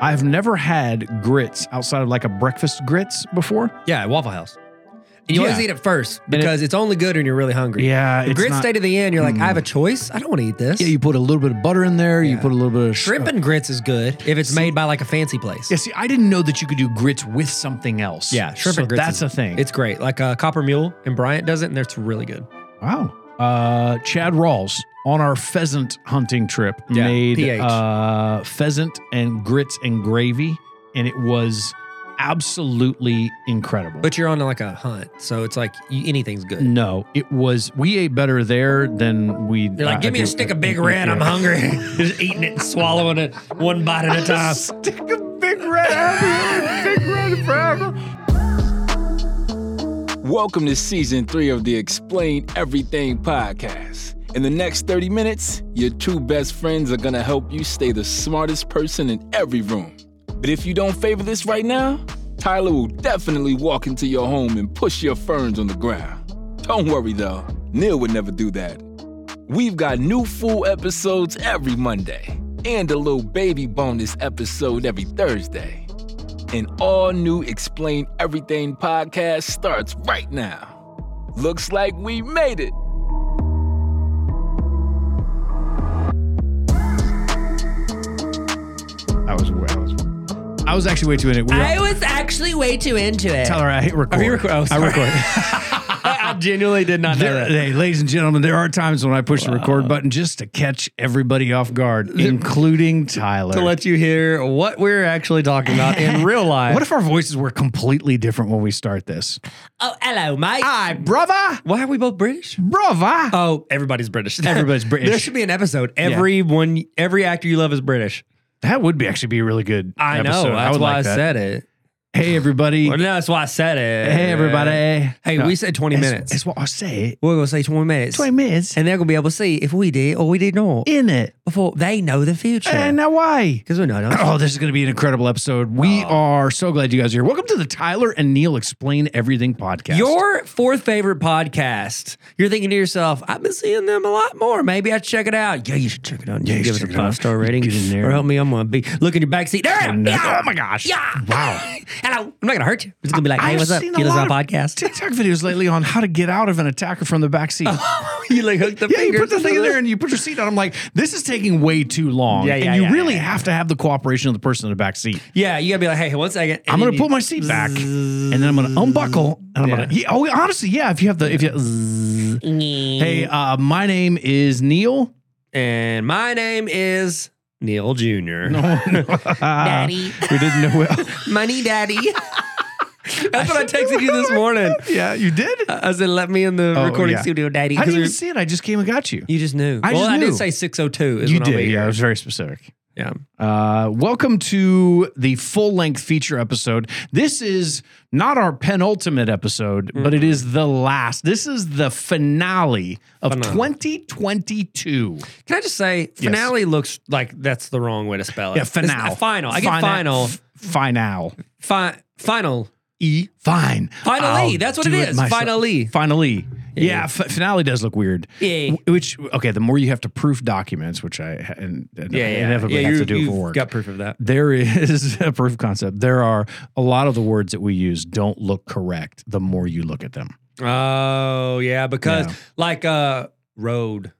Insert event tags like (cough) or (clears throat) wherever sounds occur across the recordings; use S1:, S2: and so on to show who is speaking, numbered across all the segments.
S1: I've never had grits outside of like a breakfast grits before.
S2: Yeah, at Waffle House. And you always
S1: Yeah.
S2: eat it first
S1: it-
S2: because it's only good when you're really hungry.
S1: Yeah,
S2: The
S1: it's
S2: grits
S1: not- Mm.
S2: stay to the end. You're like, I have a choice. I don't want to eat this.
S1: Yeah, you put a little bit of butter in there. You
S2: Yeah.
S1: put a little bit of
S2: Shrimp and grits is good if it's made by like a fancy place.
S1: Yeah, see, I didn't know that you could do grits with something else.
S2: Yeah, shrimp
S1: so
S2: and grits.
S1: That's
S2: is-
S1: a thing.
S2: It's great. Like uh, Copper Mule and Bryant does it, and it's really good.
S1: wow. Uh, Chad Rawls on our pheasant hunting trip
S2: Yeah,
S1: made
S2: PH.
S1: uh, pheasant and grits and gravy, and it was absolutely incredible.
S2: But you're on like a hunt, so it's like you, anything's good.
S1: no, it was. We ate better there than we.
S2: You're like,
S1: I-
S2: give
S1: I
S2: me a
S1: do-
S2: stick of Big Red. I'm
S1: Yeah. (laughs)
S2: hungry. (laughs) Just eating it and swallowing it one bite at a time.
S1: Stick of big red, big red forever.
S3: Welcome to season three of the Explain Everything podcast. In the next 30 minutes, your two best friends are going to help you stay the smartest person in every room. But if you don't favor this right now, Tyler will definitely walk into your home and push your ferns on the ground. Don't worry though, Neil would never do that. We've got new full episodes every Monday and a little baby bonus episode every Thursday. An all new Explain Everything podcast starts right now. Looks like we made it.
S1: I was. I was. I was actually way too in it. We were-
S2: was actually way too into it.
S1: Tyler, I hit record.
S2: Are you record- oh,
S1: I
S2: sorry. (laughs)
S1: record.
S2: I genuinely did not know
S1: There-
S2: that.
S1: hey, ladies and gentlemen, there are times when I push the record button just to catch everybody off guard, including Tyler.
S2: To let you hear what we're actually talking about (laughs) in real life.
S1: what if our voices were completely different when we start this?
S2: oh, hello, mate.
S1: Hi, brother,
S2: Why are we both British?
S1: brother.
S2: Oh, everybody's British. (laughs)
S1: Everybody's British.
S2: there should be an episode. Everyone, every actor you love is British.
S1: that would be actually be a really good. episode. I would like that.
S2: it.
S1: Hey, everybody.
S2: Well, no, that's why I said it.
S1: Hey, everybody.
S2: Hey,
S1: No,
S2: we said 20
S1: that's-
S2: minutes.
S1: That's what I say.
S2: We're going to say 20 minutes.
S1: Twenty minutes
S2: And they're going to be able to see if we did or we did not
S1: in it.
S2: before they know the future.
S1: And now why?
S2: Because we know
S1: (clears throat)
S2: not.
S1: Oh, this is going to be an incredible episode. We
S2: Oh.
S1: are so glad you guys are here. Welcome to the Tyler and Neil Explain Everything podcast.
S2: Your fourth favorite podcast. You're thinking to yourself, I've been seeing them a lot more. Maybe I should check it out. Yeah, you should check it out.
S1: Yeah, you should
S2: give us a
S1: check it out.
S2: five star rating.
S1: Get in there.
S2: Or help me, I'm gonna be look in your backseat. There, I am.
S1: No.
S2: yeah.
S1: Oh my gosh.
S2: Yeah.
S1: Wow.
S2: Hello. I'm not gonna hurt you. It's gonna be like, hey,
S1: I've
S2: what's up? You
S1: seen a
S2: listen to our
S1: lot of
S2: podcast.
S1: TikTok videos lately on how to get out of an attacker from the back seat.
S2: (laughs) you like hook the
S1: Yeah, you put
S2: Oh, fingers
S1: the thing
S2: under
S1: in there and you put your seat on. I'm like, this is taking way too long.
S2: Yeah, yeah,
S1: and you
S2: yeah,
S1: really
S2: yeah,
S1: have to have the cooperation of the person in the back seat.
S2: Yeah, you gotta be like, hey, one second. And
S1: I'm
S2: then
S1: gonna
S2: you-
S1: pull my seat back, and then I'm gonna unbuckle, and I'm
S2: Yeah.
S1: gonna. Yeah, oh, honestly, yeah. If you have the, if you, hey, uh, my name is Neil.
S2: And my name is Neil Jr. (laughs)
S1: Daddy, we didn't know. Well.
S2: Money Daddy.
S1: (laughs)
S2: That's what I texted you this morning.
S1: yeah, you did.
S2: I said, let me in the
S1: Oh,
S2: recording
S1: yeah.
S2: studio, Daddy.
S1: I
S2: 'cause
S1: didn't even
S2: we-
S1: see it. I just came and got you.
S2: You just knew.
S1: I
S2: well,
S1: just
S2: I
S1: knew.
S2: did say 602 is
S1: You
S2: when I'll be
S1: did. Yeah,
S2: here.
S1: it was very specific.
S2: Yeah.
S1: Uh, welcome to the full length feature episode. This is not our penultimate episode, but it is the last. This is the finale of 2022.
S2: Can I just say, finale looks like that's the wrong way to spell it.
S1: Yeah,
S2: It's
S1: finale.
S2: not Final. I get final.
S1: F- final.
S2: Fi- final. E.
S1: Fine.
S2: Finally.
S1: I'll
S2: E. that's what it
S1: do
S2: is. E.
S1: myself.
S2: finally.
S1: Finally. Yeah, f- finale does look weird.
S2: Yeah.
S1: W- Which okay, the more you have to proof documents, which I ha- and, and
S2: Yeah, yeah.
S1: inevitably
S2: yeah,
S1: have
S2: you-
S1: to do
S2: you've
S1: for work.
S2: Got proof of that.
S1: there is (laughs) a proof concept. There are a lot of the words that we use don't look correct the more you look at them.
S2: Oh yeah, because
S1: Yeah.
S2: like uh road.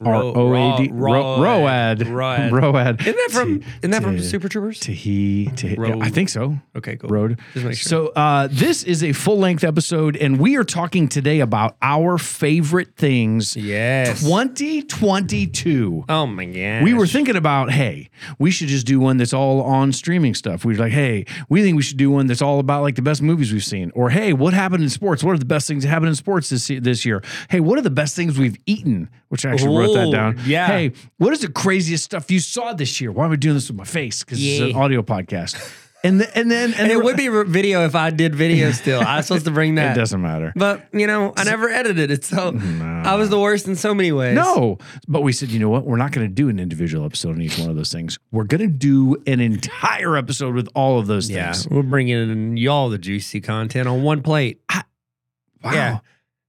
S1: R
S2: Ro-
S1: O A D
S2: ro-
S1: Road. (laughs)
S2: Road.
S1: Road.
S2: Isn't that from isn't that from
S1: to-
S2: Super Troopers?
S1: To he to yeah, I
S2: Road.
S1: think so.
S2: Okay, cool.
S1: Road.
S2: Just make sure.
S1: So uh, this is a full length episode, and we are talking today about our favorite things.
S2: Yes.
S1: 2022.
S2: Oh my god.
S1: We were thinking about, hey, we should just do one that's all on streaming stuff. We were like, hey, we think we should do one that's all about like the best movies we've seen, or hey, what happened in sports? What are the best things that happened in sports this this year? Hey, what are the best things we've eaten? Which I actually wrote that
S2: Ooh,
S1: down.
S2: yeah.
S1: Hey, what is the craziest stuff you saw this year? Why am I doing this with my face? Because it's an
S2: Yeah.
S1: audio podcast. And the, and then and,
S2: and
S1: the-
S2: it would be re- video if I did video still. I was supposed to bring
S1: It
S2: that.
S1: doesn't matter.
S2: But you know, I never edited it, so I was the worst in so many ways.
S1: No, but we said, you know what? We're not going to do an individual episode on each one of those things. We're going to do an entire episode with all of those
S2: Yeah,
S1: things.
S2: we're bringing in y'all the juicy content on one plate. (laughs)
S1: Wow.
S2: Yeah.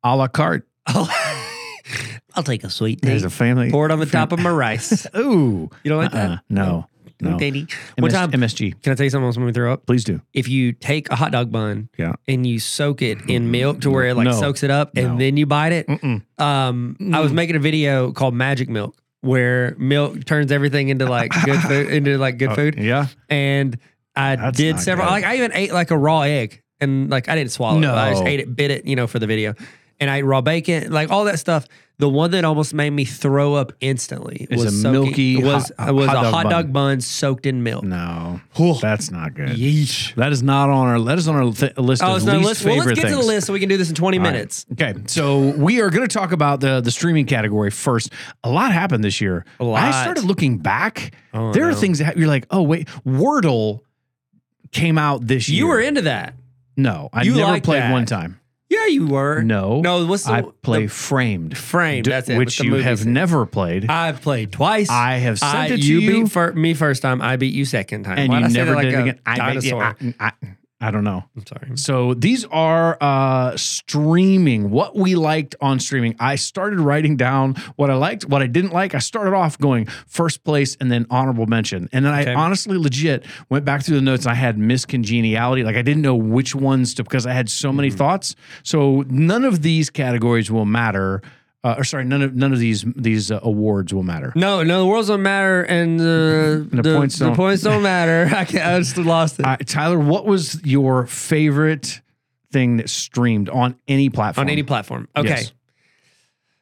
S1: A la carte.
S2: I'll take a sweet
S1: There's
S2: thing.
S1: a family. (laughs)
S2: Pour it on the top of my rice.
S1: Ooh.
S2: You don't like
S1: Uh-uh.
S2: that?
S1: No. No.
S2: Dandy. One
S1: MS
S2: time,
S1: MSG.
S2: can I tell you something else when we throw up?
S1: Please do.
S2: If you take a hot dog bun
S1: Yeah.
S2: and you soak it in milk to where it like
S1: No.
S2: soaks it up and
S1: No.
S2: then you bite it,
S1: Mm-mm.
S2: um, I
S1: Mm.
S2: was making a video called Magic Milk where milk turns everything into like
S1: (laughs)
S2: good food, into like good food.
S1: Yeah.
S2: and I
S1: Oh, That's
S2: did
S1: not
S2: several.
S1: good.
S2: Like I even ate like a raw egg, and like I didn't swallow. it. I just
S1: No.
S2: ate it, bit it, you know, for the video. And I ate raw bacon, like all that stuff. The one that almost made me throw up instantly
S1: Is
S2: was
S1: a
S2: soaking-
S1: milky
S2: was
S1: hot-
S2: was
S1: hot
S2: a
S1: dog
S2: hot
S1: bun.
S2: dog bun soaked in milk.
S1: No.
S2: Whew.
S1: That's not good.
S2: Yeesh.
S1: That is not on our. That is on our th- list
S2: Oh,
S1: of least
S2: it's not a list. Well,
S1: favorite
S2: let's get
S1: things.
S2: to the list so we can do this in twenty
S1: All right.
S2: minutes.
S1: Okay, so we are going to talk about the the streaming category first. A lot happened this year.
S2: A lot.
S1: I started looking back.
S2: Oh,
S1: there are
S2: no.
S1: things that ha- you're like, oh wait, Wordle came out this year.
S2: You were into that.
S1: no, I
S2: you
S1: never
S2: liked
S1: played
S2: that.
S1: one time.
S2: Yeah, you were.
S1: No,
S2: no. What's the
S1: I play
S2: the
S1: Framed,
S2: frame?
S1: d-
S2: That's it. with
S1: which
S2: the
S1: you
S2: movies
S1: have
S2: in it.
S1: never played. I,
S2: I've played twice.
S1: have sent
S2: I-
S1: it to
S2: you,
S1: you,
S2: beat fir- me first time. I beat you second time.
S1: and
S2: Why'd
S1: you
S2: I say
S1: never
S2: that like
S1: did
S2: a
S1: it again. I, bet-
S2: Dinosaur.
S1: yeah, I, I, I don't know.
S2: I'm sorry.
S1: So these are uh, streaming. What we liked on streaming. I started writing down what I liked, what I didn't like. I started off going first place and then honorable mention, and then
S2: Okay.
S1: I honestly, legit went back through the notes. And I had miscongeniality, like I didn't know which ones to because I had so many thoughts. So none of these categories will matter. Uh, or sorry, none of none of these these uh, awards will matter.
S2: No, no, the worlds don't matter, and the
S1: And (laughs) the points don't.
S2: matter. (laughs) I, can't, I just lost it
S1: Uh, Tyler, what was your favorite thing that streamed on any platform?
S2: on any platform. Okay,
S1: Yes.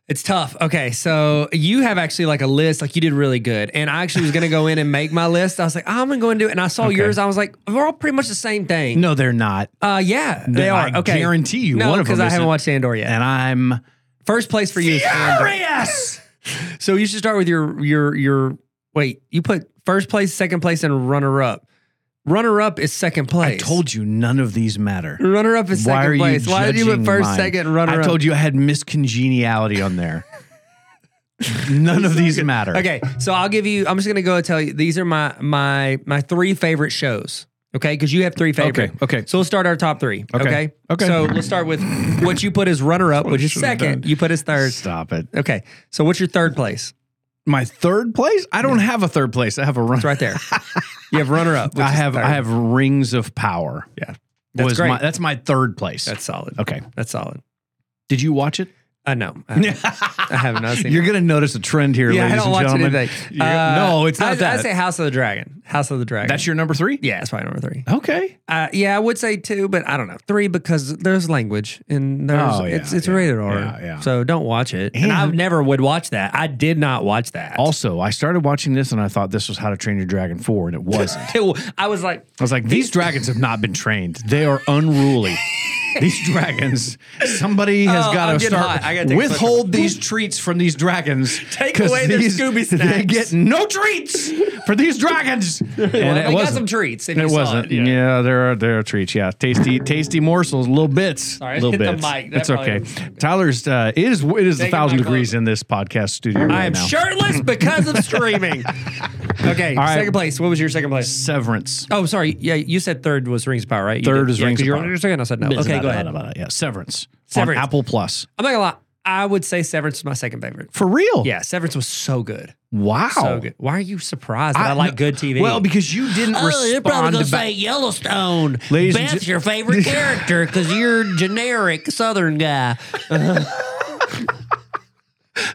S2: it's tough. Okay, so you have actually like a list, like you did really good, and I actually was gonna go in and make my list. I was like, "Oh, I'm gonna go and do it, and I saw yours. I was like, we're all pretty much the same thing.
S1: No, they're not.
S2: Uh, yeah, they are.
S1: I
S2: okay,
S1: guarantee you
S2: no,
S1: one of them
S2: because I
S1: isn't.
S2: haven't watched Andor yet.
S1: and I'm
S2: First place for you is Andor.
S1: furious.
S2: So you should start with your your your wait. You put first place, second place, and runner up. Runner up is second place.
S1: I told you none of these matter.
S2: Runner up is
S1: Why are
S2: second
S1: you
S2: place. Why did you put
S1: judging
S2: first,
S1: mine?
S2: second, runner
S1: I
S2: up?
S1: told you I had miscongeniality on
S2: (laughs)
S1: there. none of these matter.
S2: Okay, so I'll give you. I'm just gonna go and tell you. These are my my my three favorite shows. Okay, because you have three favorite.
S1: okay.
S2: So we'll start our top three. Okay.
S1: Okay,
S2: Okay.
S1: okay.
S2: So let's start with what you put as
S1: (laughs)
S2: runner up, which is
S1: should have
S2: second.
S1: done.
S2: You put as third.
S1: Stop it.
S2: Okay. So what's your third place?
S1: My third place? I don't have a third place. I have a run.
S2: It's
S1: (laughs)
S2: right there. You have runner up. which
S1: I
S2: is
S1: have
S2: third.
S1: I have rings of power.
S2: Yeah. That's
S1: was
S2: great.
S1: My, that's my third place.
S2: That's solid.
S1: okay.
S2: That's solid.
S1: Did you watch
S2: (laughs)
S1: it?
S2: I know. I haven't- I
S1: (laughs)
S2: have not (laughs) seen.
S1: You're gonna notice a trend here,
S2: yeah, I
S1: ladies
S2: don't
S1: and
S2: watch
S1: gentlemen.
S2: anything.
S1: You're- no, it's not
S2: I,
S1: that.
S2: I Uh, say House of the Dragon. House of the Dragon.
S1: that's your number three.
S2: yeah. That's probably number three.
S1: Okay.
S2: Uh, yeah, I would say two, but I don't know three because there's language and there's
S1: Oh, yeah,
S2: it's it's
S1: yeah,
S2: rated R,
S1: yeah, yeah.
S2: so don't watch it. And, I
S1: And-
S2: never would watch that. I did not watch that.
S1: Also, I started watching this and I thought this was How to Train Your Dragon 4, and it
S2: (laughs)
S1: wasn't. I
S2: (laughs) It wa- I was like,
S1: was like, these dragons have not been trained. They are
S2: (laughs)
S1: unruly. these dragons, somebody has
S2: Oh,
S1: got
S2: I'm
S1: to
S2: getting
S1: start
S2: hot. I gotta take a picture.
S1: withhold these treats from these dragons.
S2: (laughs) Take
S1: 'cause
S2: away their
S1: these- (laughs)
S2: Scooby
S1: They
S2: snacks.
S1: get no treats for these dragons. and
S2: (laughs) well,
S1: it
S2: they got
S1: wasn't.
S2: some treats. If
S1: it
S2: you saw
S1: wasn't.
S2: yeah.
S1: yeah. there are there are treats. Yeah, tasty, tasty morsels, little bits,
S2: Sorry, I (laughs)
S1: little
S2: hit the
S1: bits.
S2: mic. That
S1: That's
S2: probably
S1: okay.
S2: was-
S1: Tyler's uh, it is it is a
S2: Taking my
S1: thousand degrees
S2: clothes.
S1: in this podcast studio.
S2: I
S1: right
S2: am
S1: now.
S2: shirtless
S1: (laughs)
S2: because of streaming. Okay,
S1: right.
S2: second place. What was your second place?
S1: Severance.
S2: Oh, sorry. Yeah, you said third was Rings of Power, right? You
S1: Third
S2: did.
S1: is
S2: Yeah,
S1: Rings
S2: 'cause
S1: of
S2: you were
S1: Power.
S2: on your second. I said no.
S1: It's
S2: Okay,
S1: about
S2: go
S1: it,
S2: ahead.
S1: about it, about it. Yeah, Severance.
S2: Severance.
S1: On Apple Plus.
S2: I'm not gonna lie. I would say Severance is my second favorite.
S1: For real?
S2: Yeah, Severance was so good.
S1: Wow.
S2: So good. Why are you surprised that I, like
S1: no-
S2: good TV?
S1: Oh. Well, because Oh, you didn't respond to ba-
S2: Yellowstone.
S1: Ladies and gen-
S2: (laughs) favorite character because you're generic Southern guy.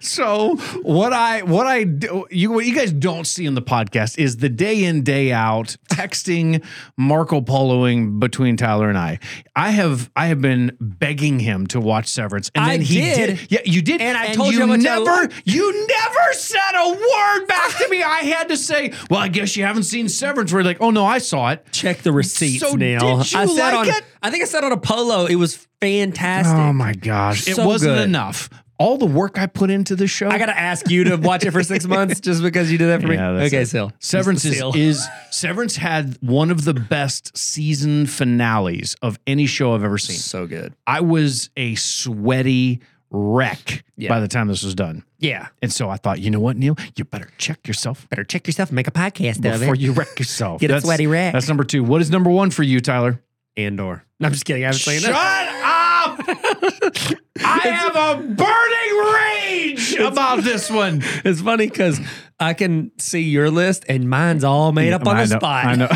S1: So what I what I do, you what you guys don't see in the podcast is the day in day out texting Marco Poloing between Tyler and I. I have I have been begging him to watch Severance, and
S2: I
S1: then he
S2: did.
S1: Yeah, you did.
S2: And I told you how much I
S1: never
S2: loved-
S1: you never said a word back to me. I had to say, well, I guess you haven't seen Severance. We're like, oh no, I saw it.
S2: Check the receipts
S1: So
S2: now.
S1: did you
S2: I said
S1: like
S2: on.
S1: it?
S2: I think I said on a polo. It was fantastic.
S1: Oh my gosh.
S2: So
S1: it wasn't
S2: good.
S1: enough. All the work I put into the show.
S2: I gotta ask you to watch it
S1: (laughs)
S2: for six months just because you did that for me.
S1: Yeah, that's
S2: okay,
S1: it.
S2: Seal.
S1: Severance
S2: Just
S1: is,
S2: the seal.
S1: is Severance had one of the best season finales of any show I've ever seen.
S2: so good.
S1: I was a sweaty wreck
S2: Yeah.
S1: by the time this was done.
S2: Yeah.
S1: And so I thought, you know what, Neil, you better check yourself
S2: Better check yourself and make a podcast
S1: before you wreck yourself.
S2: (laughs) Get a sweaty wreck.
S1: That's number two. What is number one for you, Tyler?
S2: Andor. No, I'm just kidding. I haven't seen
S1: Shut
S2: that.
S1: up! up. (laughs) I have a burning rage about this one.
S2: It's funny because I can see your list and mine's all made up on
S1: I
S2: the
S1: know,
S2: spot.
S1: I know.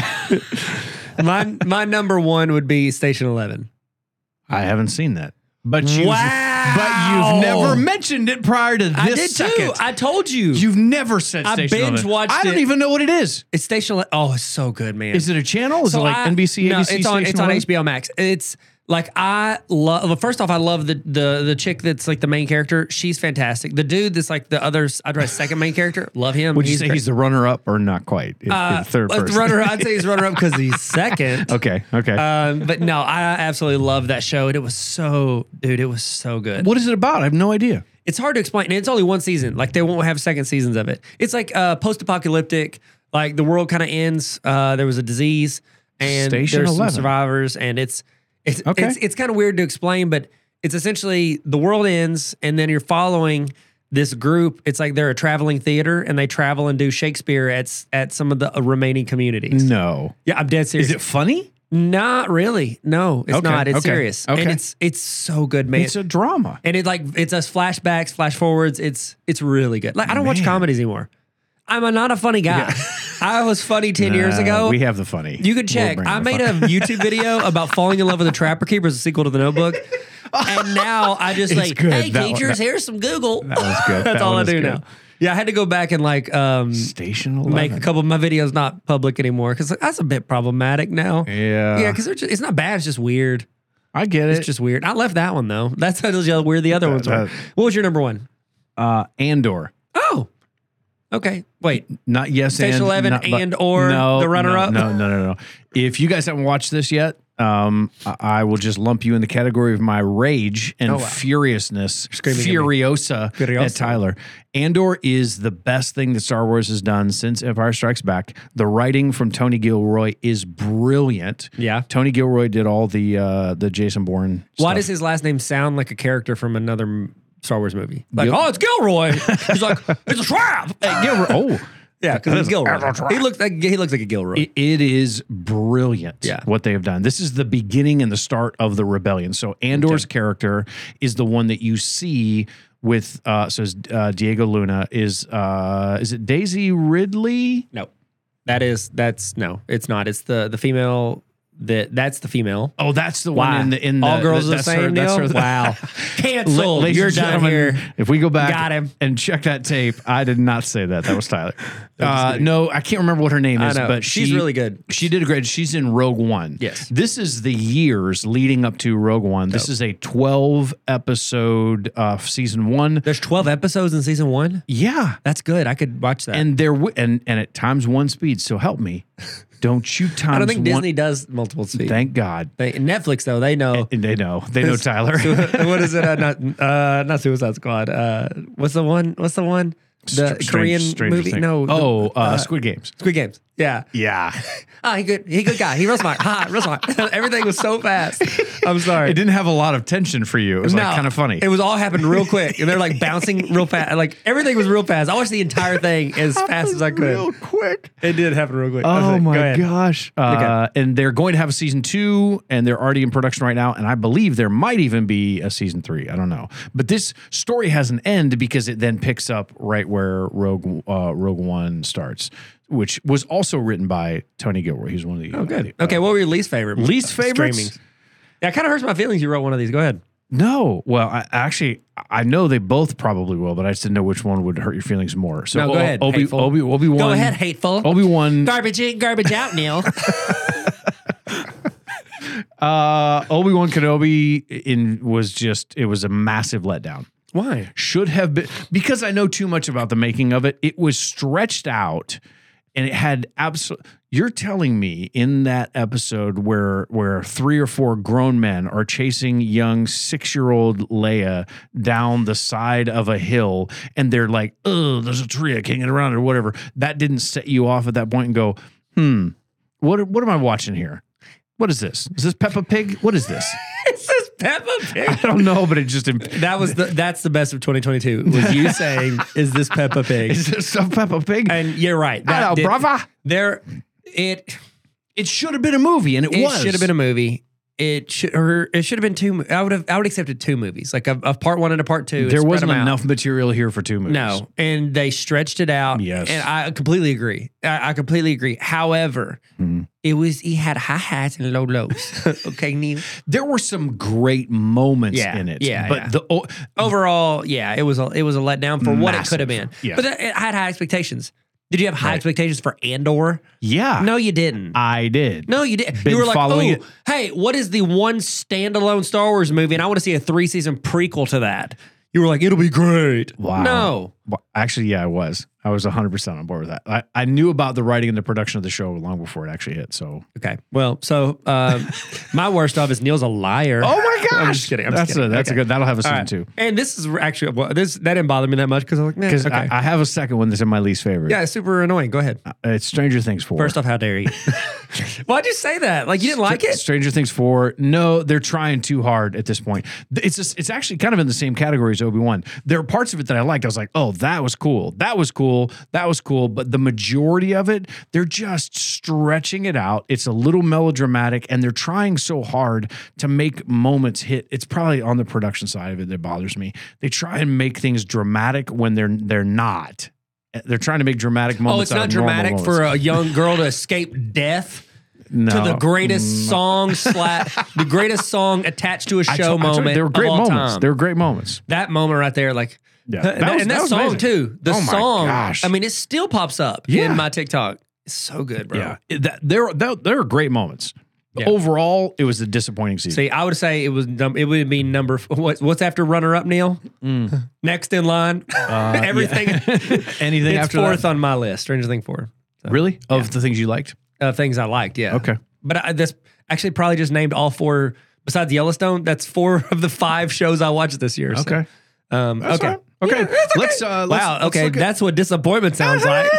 S2: my my number one would be Station Eleven.
S1: I haven't seen that. But you
S2: Wow.
S1: but you've never mentioned it prior to this
S2: I did
S1: second.
S2: too. I told you.
S1: you've never said
S2: I
S1: Station Eleven.
S2: binge-watched
S1: I don't
S2: it.
S1: even know what it is.
S2: it's Station Eleven. Oh, it's so good, man.
S1: Is it a channel? Is
S2: So
S1: it like
S2: I-
S1: NBC,
S2: No,
S1: ABC,
S2: it's on
S1: Station
S2: it's on
S1: 11?
S2: HBO Max. It's like I love. Well, first off, I love the the the chick that's like the main character. She's fantastic. The dude that's like the other. I'd rather second main character. Love him.
S1: Would you say
S2: great.
S1: he's the runner up or not quite? It-
S2: Uh,
S1: it's third
S2: let's
S1: person.
S2: Runner, I'd say he's runner up because he's
S1: (laughs)
S2: second.
S1: okay. Okay.
S2: Um, but no, I absolutely love that show. And it was so, dude, it was so good.
S1: what is it about? I have no idea.
S2: It's hard to explain. And it's only one season. Like they won't have second seasons of it. It's like uh, post apocalyptic, like the world kind of ends. Uh, there was a disease and
S1: Station
S2: there's
S1: 11.
S2: some survivors. And it's, it's,
S1: Okay.
S2: it's, it's kind of weird to explain, but it's essentially the world ends and then you're following this group. It's like they're a traveling theater and they travel and do Shakespeare at, s- at some of the remaining communities.
S1: No.
S2: Yeah, I'm dead serious.
S1: Mm. Is it funny?
S2: Not really. No, it's
S1: Okay,
S2: not. It's
S1: okay,
S2: serious,
S1: okay.
S2: and it's it's so good, man.
S1: It's a drama.
S2: and it like it's us flashbacks, flash forwards. It's it's really good. Like I don't watch
S1: Man.
S2: comedies anymore. I'm a, not a funny guy. (laughs) I was funny ten years
S1: Uh,
S2: ago.
S1: we have the funny.
S2: you
S1: We'll
S2: can check.
S1: bring
S2: I
S1: the
S2: made a
S1: funny.
S2: YouTube
S1: (laughs)
S2: video about falling in love with a trapper keeper, is a sequel to the Notebook. And now I just
S1: (laughs) It's
S2: like,
S1: good.
S2: hey
S1: That one-
S2: teachers, here's some Google.
S1: That was
S2: (laughs)
S1: good.
S2: That's
S1: That
S2: all I
S1: one is
S2: do
S1: good.
S2: now. Yeah, I had to go back and like um,
S1: Station Eleven.
S2: make a couple of my videos not public anymore because that's a bit problematic now.
S1: Yeah.
S2: Yeah, because it's not bad. It's just weird.
S1: I get it.
S2: It's just weird. I left that one though. That's how those- where the other ones were.
S1: that-
S2: What was your number one?
S1: uh, Andor.
S2: Oh, okay. Wait,
S1: Not yes
S2: Station
S1: and
S2: 11
S1: not, but-
S2: and or
S1: no,
S2: the runner-up?
S1: No, no, no, no, no. If you guys haven't watched this yet, um, I, I will just lump you in the category of my rage and
S2: Oh, wow.
S1: furiousness,
S2: screaming at me.
S1: furiosa,
S2: Furiosa.
S1: at Tyler. Andor is the best thing that Star Wars has done since Empire Strikes Back. The writing from Tony Gilroy is brilliant.
S2: Yeah.
S1: Tony Gilroy did all the uh, the Jason Bourne.
S2: why
S1: stuff.
S2: does his last name sound like a character from another m- Star Wars movie? Like,
S1: Gil-
S2: oh, it's Gilroy. He's (laughs) like, it's a trap.
S1: Hey, Gilroy? (laughs) Oh.
S2: (laughs) Yeah, because he's Gilroy. He looks like he looks like a Gilroy.
S1: It, it is brilliant
S2: Yeah.
S1: what they have done. This is the beginning and the start of the rebellion. So Andor's character is the one that you see with uh so it's, uh, Diego Luna is uh is it Daisy Ridley?
S2: no, that is that's no, it's not. It's the the female that that's the female.
S1: Oh, that's the
S2: Why?
S1: one in the in the
S2: all girls are the
S1: that's her-
S2: same
S1: that's
S2: deal?
S1: her- (laughs)
S2: Wow,
S1: La-
S2: canceled.
S1: ladies
S2: You're
S1: and
S2: done
S1: gentlemen,
S2: here.
S1: If we go back
S2: Got him.
S1: and check that tape, I did not say that. That was Tyler. uh, no, I can't remember what her name
S2: I
S1: is,
S2: know.
S1: but
S2: She's
S1: she-
S2: really good.
S1: She did a great. She's in Rogue One.
S2: Yes.
S1: This is the years leading up to Rogue One. This is a twelve episode uh, season one.
S2: There's 12 episodes in season one.
S1: Yeah,
S2: That's good. I could watch that.
S1: and there w- and and at times one speed. So help me, don't you times
S2: (laughs) I don't think
S1: one-
S2: Disney does multiple speed.
S1: Thank God.
S2: They, Netflix though, they know.
S1: And they know. They know Tyler. (laughs)
S2: what is it? Uh, not uh, not Suicide Squad. Uh, what's the one? What's the one? The
S1: Strange-
S2: Korean
S1: Stranger
S2: movie?
S1: Things.
S2: No. the-
S1: Oh, uh, Squid Games.
S2: Squid Games. Yeah.
S1: Yeah.
S2: Ah, he good. He good guy. He real smart. Ha, real smart. (laughs) Everything was so fast. I'm sorry.
S1: It didn't have a lot of tension for you. It was like
S2: No,
S1: kind of funny.
S2: It was all happened real quick, and they're like bouncing real fast. Like everything was real fast. I watched the entire thing
S1: (laughs)
S2: as fast as I could.
S1: quick.
S2: It did happen real quick.
S1: Oh
S2: Okay, go
S1: my
S2: ahead.
S1: gosh. Uh, And they're going to have a season two, and they're already in production right now. And I believe there might even be a season three. I don't know. But this story has an end because it then picks up right where Rogue uh, Rogue One starts, which was also written by Tony Gilroy. He's one of the. Oh,
S2: Good. Okay, what were your least favorite?
S1: Least
S2: uh,
S1: favorites?
S2: streamings? That kind of hurts my feelings. You wrote one of these. Go ahead.
S1: No. Well, I, actually, I know they both probably will, but I just didn't know which one would hurt your feelings more. So
S2: No, go ahead,
S1: Obi,
S2: hateful.
S1: Obi, Obi, Wan.
S2: Go ahead, hateful.
S1: Obi Wan
S2: garbage in, garbage out, Neil.
S1: Uh, Obi Wan Kenobi in was just it was a massive letdown.
S2: Why?
S1: Should have been because I know too much about the making of it. It was stretched out, and it had absolute. You're telling me in that episode where where three or four grown men are chasing young six year old Leia down the side of a hill, and they're like, "Oh, there's a tree I can't get around it," or whatever. That didn't set you off at that point and go, "Hmm, what what am I watching here?" What is this? Is this Peppa Pig? What is this?
S2: It's (laughs) this Peppa Pig.
S1: I don't know, but it just
S2: That was the that's the best of 2022. Was (laughs) you saying is this Peppa Pig?
S1: is this some Peppa Pig?
S2: And you're right. That
S1: Hello,
S2: did-
S1: brother.
S2: There, it
S1: It should have been a movie, and it,
S2: it
S1: was.
S2: should have been a movie. it should or it should have been two. mo- I would have I would have accepted two movies, like a, a part one and a part two. and
S1: there
S2: spread
S1: wasn't
S2: them out.
S1: enough material here for two movies.
S2: No, and they stretched it out.
S1: Yes.
S2: and I completely agree. I, I completely agree. However,
S1: Mhm.
S2: it was he had high highs and low
S1: (laughs)
S2: lows. okay, Neil.
S1: there were some great moments
S2: Yeah,
S1: in it.
S2: yeah,
S1: but
S2: yeah.
S1: the oh,
S2: Overall, yeah, it was a it was a letdown for what it
S1: Massive.
S2: could have been.
S1: Yeah.
S2: But that- I had high expectations. Did you have high
S1: Right.
S2: expectations for Andor?
S1: yeah,
S2: No, you didn't.
S1: I did.
S2: No, you didn't.
S1: Been
S2: You were like, oh,
S1: following it.
S2: hey, what is the one standalone Star Wars movie? And I want to see a three season prequel to that. You were like, it'll be great.
S1: Wow.
S2: No.
S1: Well, actually, yeah, I was. I was 100 percent on board with that. I, I knew about the writing and the production of the show long before it actually hit. So,
S2: Okay. Well, so (laughs) um, my worst of is Neil's a liar.
S1: Oh my
S2: I'm just kidding. I'm just
S1: that's
S2: kidding.
S1: a that's
S2: Okay.
S1: a good. That'll have a
S2: All
S1: season
S2: right.
S1: two
S2: And this is actually well, this that didn't bother me that much because I'm like, man,
S1: because
S2: okay.
S1: I, I have a second one that's in my least favorite.
S2: yeah, it's super annoying. Go ahead.
S1: it's Stranger Things four.
S2: First off, how dare (laughs) you? Why'd you say that? Like you didn't like it?
S1: Stranger Things four. No, they're trying too hard at this point. Th- It's just, it's actually kind of in the same category as Obi wan There are parts of it that I liked. I was like, oh, that was cool. That was cool. That was cool. But the majority of it, they're just stretching it out. It's a little melodramatic, and they're trying so hard to make moments hit. It's probably on the production side of it that bothers me. They try and make things dramatic when they're they're not. Eh, They're trying to make dramatic moments.
S2: Oh, it's
S1: out
S2: not
S1: of normal
S2: dramatic
S1: moments.
S2: for a young girl to escape death.
S1: no.
S2: to the greatest song slap, the greatest song attached to a
S1: I to-
S2: show
S1: I told you,
S2: moment.
S1: There were great
S2: of all
S1: moments.
S2: Time.
S1: There were great moments.
S2: that moment right there, like,
S1: Yeah.
S2: and that,
S1: That was-
S2: and
S1: that
S2: that
S1: was
S2: song
S1: amazing.
S2: too. The
S1: Oh my
S2: song,
S1: gosh.
S2: I mean, it still pops up
S1: Yeah.
S2: in my TikTok. It's so good, bro.
S1: Yeah, It- that, there, that, there are great moments. But
S2: Yeah.
S1: Overall, it was a disappointing season.
S2: See, I would say it was num- it would be number f- what, what's after runner up Neil
S1: Mm.
S2: (laughs) next in line (laughs) everything
S1: (laughs) Anything
S2: it's
S1: Uh, after
S2: fourth
S1: that?
S2: on my list Stranger Thing four
S1: really? Of the things you liked?
S2: uh, things I liked yeah
S1: Okay.
S2: but I, that's actually probably just named all four besides Yellowstone that's four (laughs) of the five shows I watched this year so.
S1: Okay.
S2: Um,
S1: That's
S2: okay.
S1: all right. Okay.
S2: that's
S1: Let's, uh, let's-
S2: wow.
S1: let's
S2: Okay.
S1: look at-
S2: that's what disappointment sounds
S1: (laughs)
S2: like.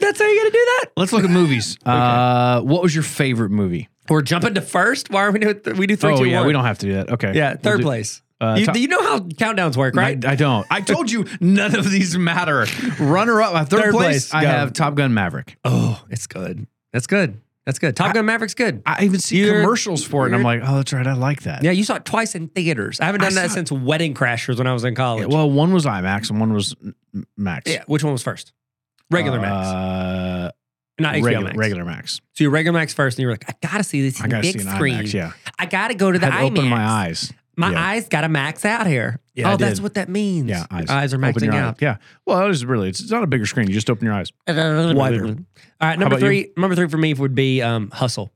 S2: that's how you're gonna do that.
S1: Let's look at
S2: (laughs)
S1: movies. uh, what was your favorite movie?
S2: We're jumping to first. Why are we doing? Th- we do three,
S1: oh,
S2: two,
S1: yeah.
S2: one.
S1: We don't have to do that. Okay.
S2: Yeah.
S1: We'll
S2: Third
S1: do-
S2: place.
S1: uh,
S2: you,
S1: top-
S2: you know how countdowns work,
S1: I,
S2: right?
S1: I don't. I told you none of these matter. Runner up, uh, third,
S2: Third
S1: place,
S2: place,
S1: I
S2: go.
S1: have Top Gun Maverick.
S2: oh, it's good. That's good. That's good. Top Gun Maverick's good.
S1: I even see
S2: You're-
S1: commercials for it, and I'm like, oh, that's right. I like that.
S2: yeah, you saw it twice in theaters. I haven't
S1: I
S2: done that
S1: saw-
S2: since Wedding Crashers when I was in college.
S1: Yeah,
S2: Yeah,
S1: Well, one was IMAX and one was M- Max.
S2: which one was first? Regular Max,
S1: Uh,
S2: not HBO
S1: regular,
S2: Max.
S1: regular Max.
S2: So you're regular Max first, and you're like, I gotta see this
S1: I gotta
S2: big
S1: see an
S2: screen.
S1: IMAX. Yeah,
S2: I gotta go to the
S1: Had
S2: IMAX.
S1: opened my eyes.
S2: My
S1: Yeah.
S2: eyes got to max out here.
S1: Yeah,
S2: oh,
S1: I
S2: that's
S1: did.
S2: what that means.
S1: Yeah, eyes.
S2: eyes, eyes are
S1: Open
S2: maxing
S1: your
S2: out. (laughs)
S1: eyes. Yeah. Well, it is really. It's, it's not a bigger screen. You just open your eyes. Wider.
S2: All right, number
S1: about you?
S2: three. Number three for me would be um, Hustle.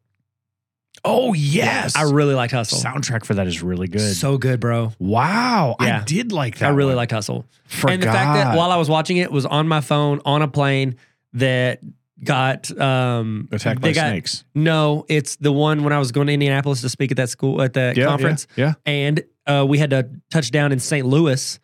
S1: Oh yes.
S2: I really liked Hustle.
S1: Soundtrack for that is really good.
S2: So good, bro.
S1: wow,
S2: Yeah.
S1: I did like that.
S2: I really
S1: one.
S2: liked Hustle.
S1: Forgot.
S2: And the fact that while I was watching it, was on my phone on a plane that got um
S1: attacked
S2: they
S1: by
S2: got-
S1: snakes.
S2: No, it's the one when I was going to Indianapolis to speak at that school at that
S1: Yeah, yeah,
S2: conference.
S1: Yeah.
S2: and uh, we had to touch down in St. Louis,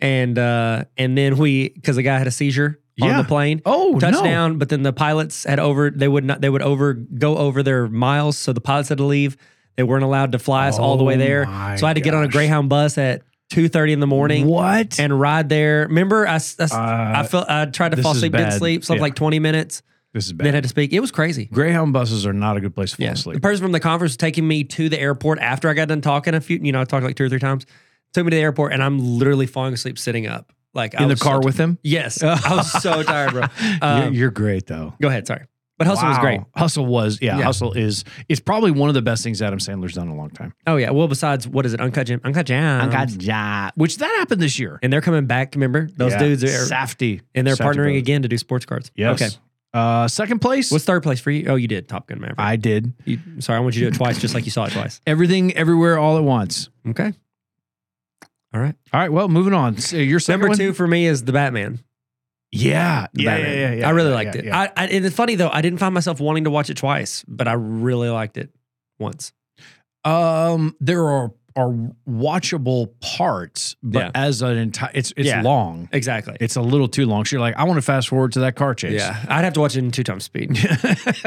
S2: and uh, and then we because the guy had a seizure on
S1: Yeah.
S2: the plane.
S1: Oh no.
S2: Touchdown, but then the pilots had over. They would not. They would over go over their miles, so the pilots had to leave. They weren't allowed to fly us all the way
S1: Oh
S2: there.
S1: my
S2: So I had to get on a
S1: gosh.
S2: Greyhound bus at two thirty in the morning
S1: What?
S2: and ride there. Remember, I s- I, s- I
S1: Uh,
S2: felt I tried to
S1: this
S2: fall
S1: is
S2: asleep, didn't
S1: bad.
S2: sleep, slept
S1: Yeah.
S2: like twenty minutes,
S1: this is
S2: then
S1: bad.
S2: had to speak. It was crazy.
S1: Greyhound buses are not a good place to fall
S2: Yeah. The
S1: asleep.
S2: person from the conference was taking me to the airport after I got done talking a few, you know, I talked like two or three times. Took me to the airport and I'm literally falling asleep sitting up. Like I
S1: In the
S2: was so
S1: car
S2: t-
S1: with him.
S2: Yes. I was so
S1: (laughs)
S2: tired, bro. Um,
S1: you're, you're great though.
S2: Go ahead. Sorry. But Hustle was
S1: Wow.
S2: great.
S1: Hustle was yeah,
S2: Yeah.
S1: Hustle is it's probably one of the best things Adam Sandler's done in a long time.
S2: Oh, yeah. Well, besides, what is it? Uncut Jam. Uncut Jam.
S1: yeah. Which that happened this year.
S2: And they're coming back. Remember those
S1: Yeah.
S2: dudes are,
S1: Safety.
S2: and they're
S1: Safety
S2: partnering
S1: brothers.
S2: again to do sports cards.
S1: Yes.
S2: Okay.
S1: Uh, second place.
S2: What's third place for you? Oh, you did Top Gun Maverick.
S1: I did
S2: you, sorry, I want you to do it twice, just like you saw it twice.
S1: everything, everywhere, all at once.
S2: Okay. All right.
S1: All right. Well, moving on. So your second
S2: Number
S1: one?
S2: two for me is the Batman.
S1: Yeah.
S2: the
S1: Yeah,
S2: Batman.
S1: yeah, yeah, yeah.
S2: I really
S1: Yeah,
S2: liked
S1: yeah,
S2: it.
S1: yeah.
S2: I, I, and it's funny though, I didn't find myself wanting to watch it twice, but I really liked it once.
S1: um, there are are watchable parts, but
S2: Yeah.
S1: as an entire, it's it's
S2: Yeah.
S1: long.
S2: Exactly.
S1: It's a little too long. So you're like, I want to fast forward to that car chase.
S2: yeah, I'd have to watch it in two times
S1: (laughs)
S2: speed. (laughs)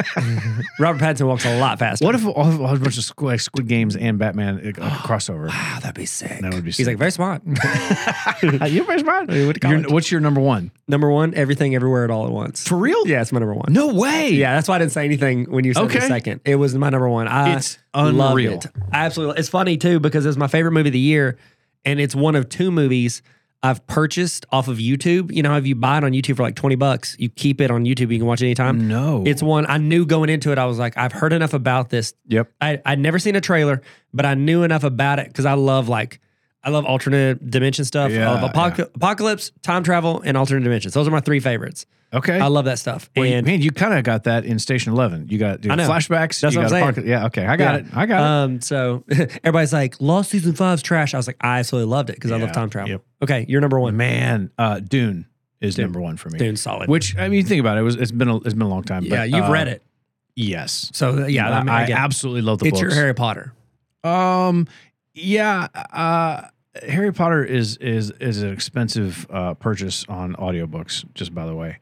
S2: Robert Pattinson walks a lot faster.
S1: What if a a whole bunch of Squid, like Squid Games and Batman
S2: (gasps)
S1: like, like a crossover?
S2: Wow, Ah, that'd be sick.
S1: That would be
S2: He's like very smart. (laughs)
S1: You're very smart. You're- What's your number one?
S2: number one, everything, everywhere, at all at once.
S1: For real?
S2: Yeah, it's my number one.
S1: No way.
S2: Yeah, that's why I didn't say anything when you said the
S1: Okay.
S2: second. It was my number one. I
S1: It's
S2: Loved
S1: unreal.
S2: it. I absolutely. It's funny too because it's my favorite movie of the year, and it's one of two movies I've purchased off of YouTube. You know, if you buy it on YouTube for like twenty bucks, you keep it on YouTube. You can watch it anytime.
S1: No.
S2: It's one I knew going into it. I was like, I've heard enough about this.
S1: yep.
S2: I I'd never seen a trailer, but I knew enough about it because I love like I love alternate dimension stuff.
S1: Yeah,
S2: I love apoc- apocalypse, time travel, and alternate dimensions. Those are my three favorites.
S1: Okay.
S2: I love that stuff.
S1: Well, you-
S2: and
S1: man, you kind of got that in Station Eleven. You got
S2: I know.
S1: flashbacks.
S2: That's
S1: you
S2: what
S1: got
S2: I'm saying.
S1: pocket- Yeah. Okay. I got it. I got it.
S2: Um, so (laughs) everybody's like, Lost season five's trash. I was like, I absolutely loved it because I love
S1: Yeah,
S2: time travel.
S1: yep.
S2: Okay, you're number one.
S1: Man, uh, Dune is number one for me.
S2: Dude, solid.
S1: Which I mean, think about it. it was, it's been a, it's been a long time.
S2: yeah,
S1: but,
S2: you've
S1: uh,
S2: read it.
S1: Yes.
S2: So yeah, I,
S1: uh, I,
S2: mean,
S1: I
S2: I get it.
S1: absolutely love the
S2: it's your
S1: books.
S2: Harry Potter.
S1: um, yeah. Uh, Harry Potter is is is an expensive uh, purchase on audiobooks. Just by the way,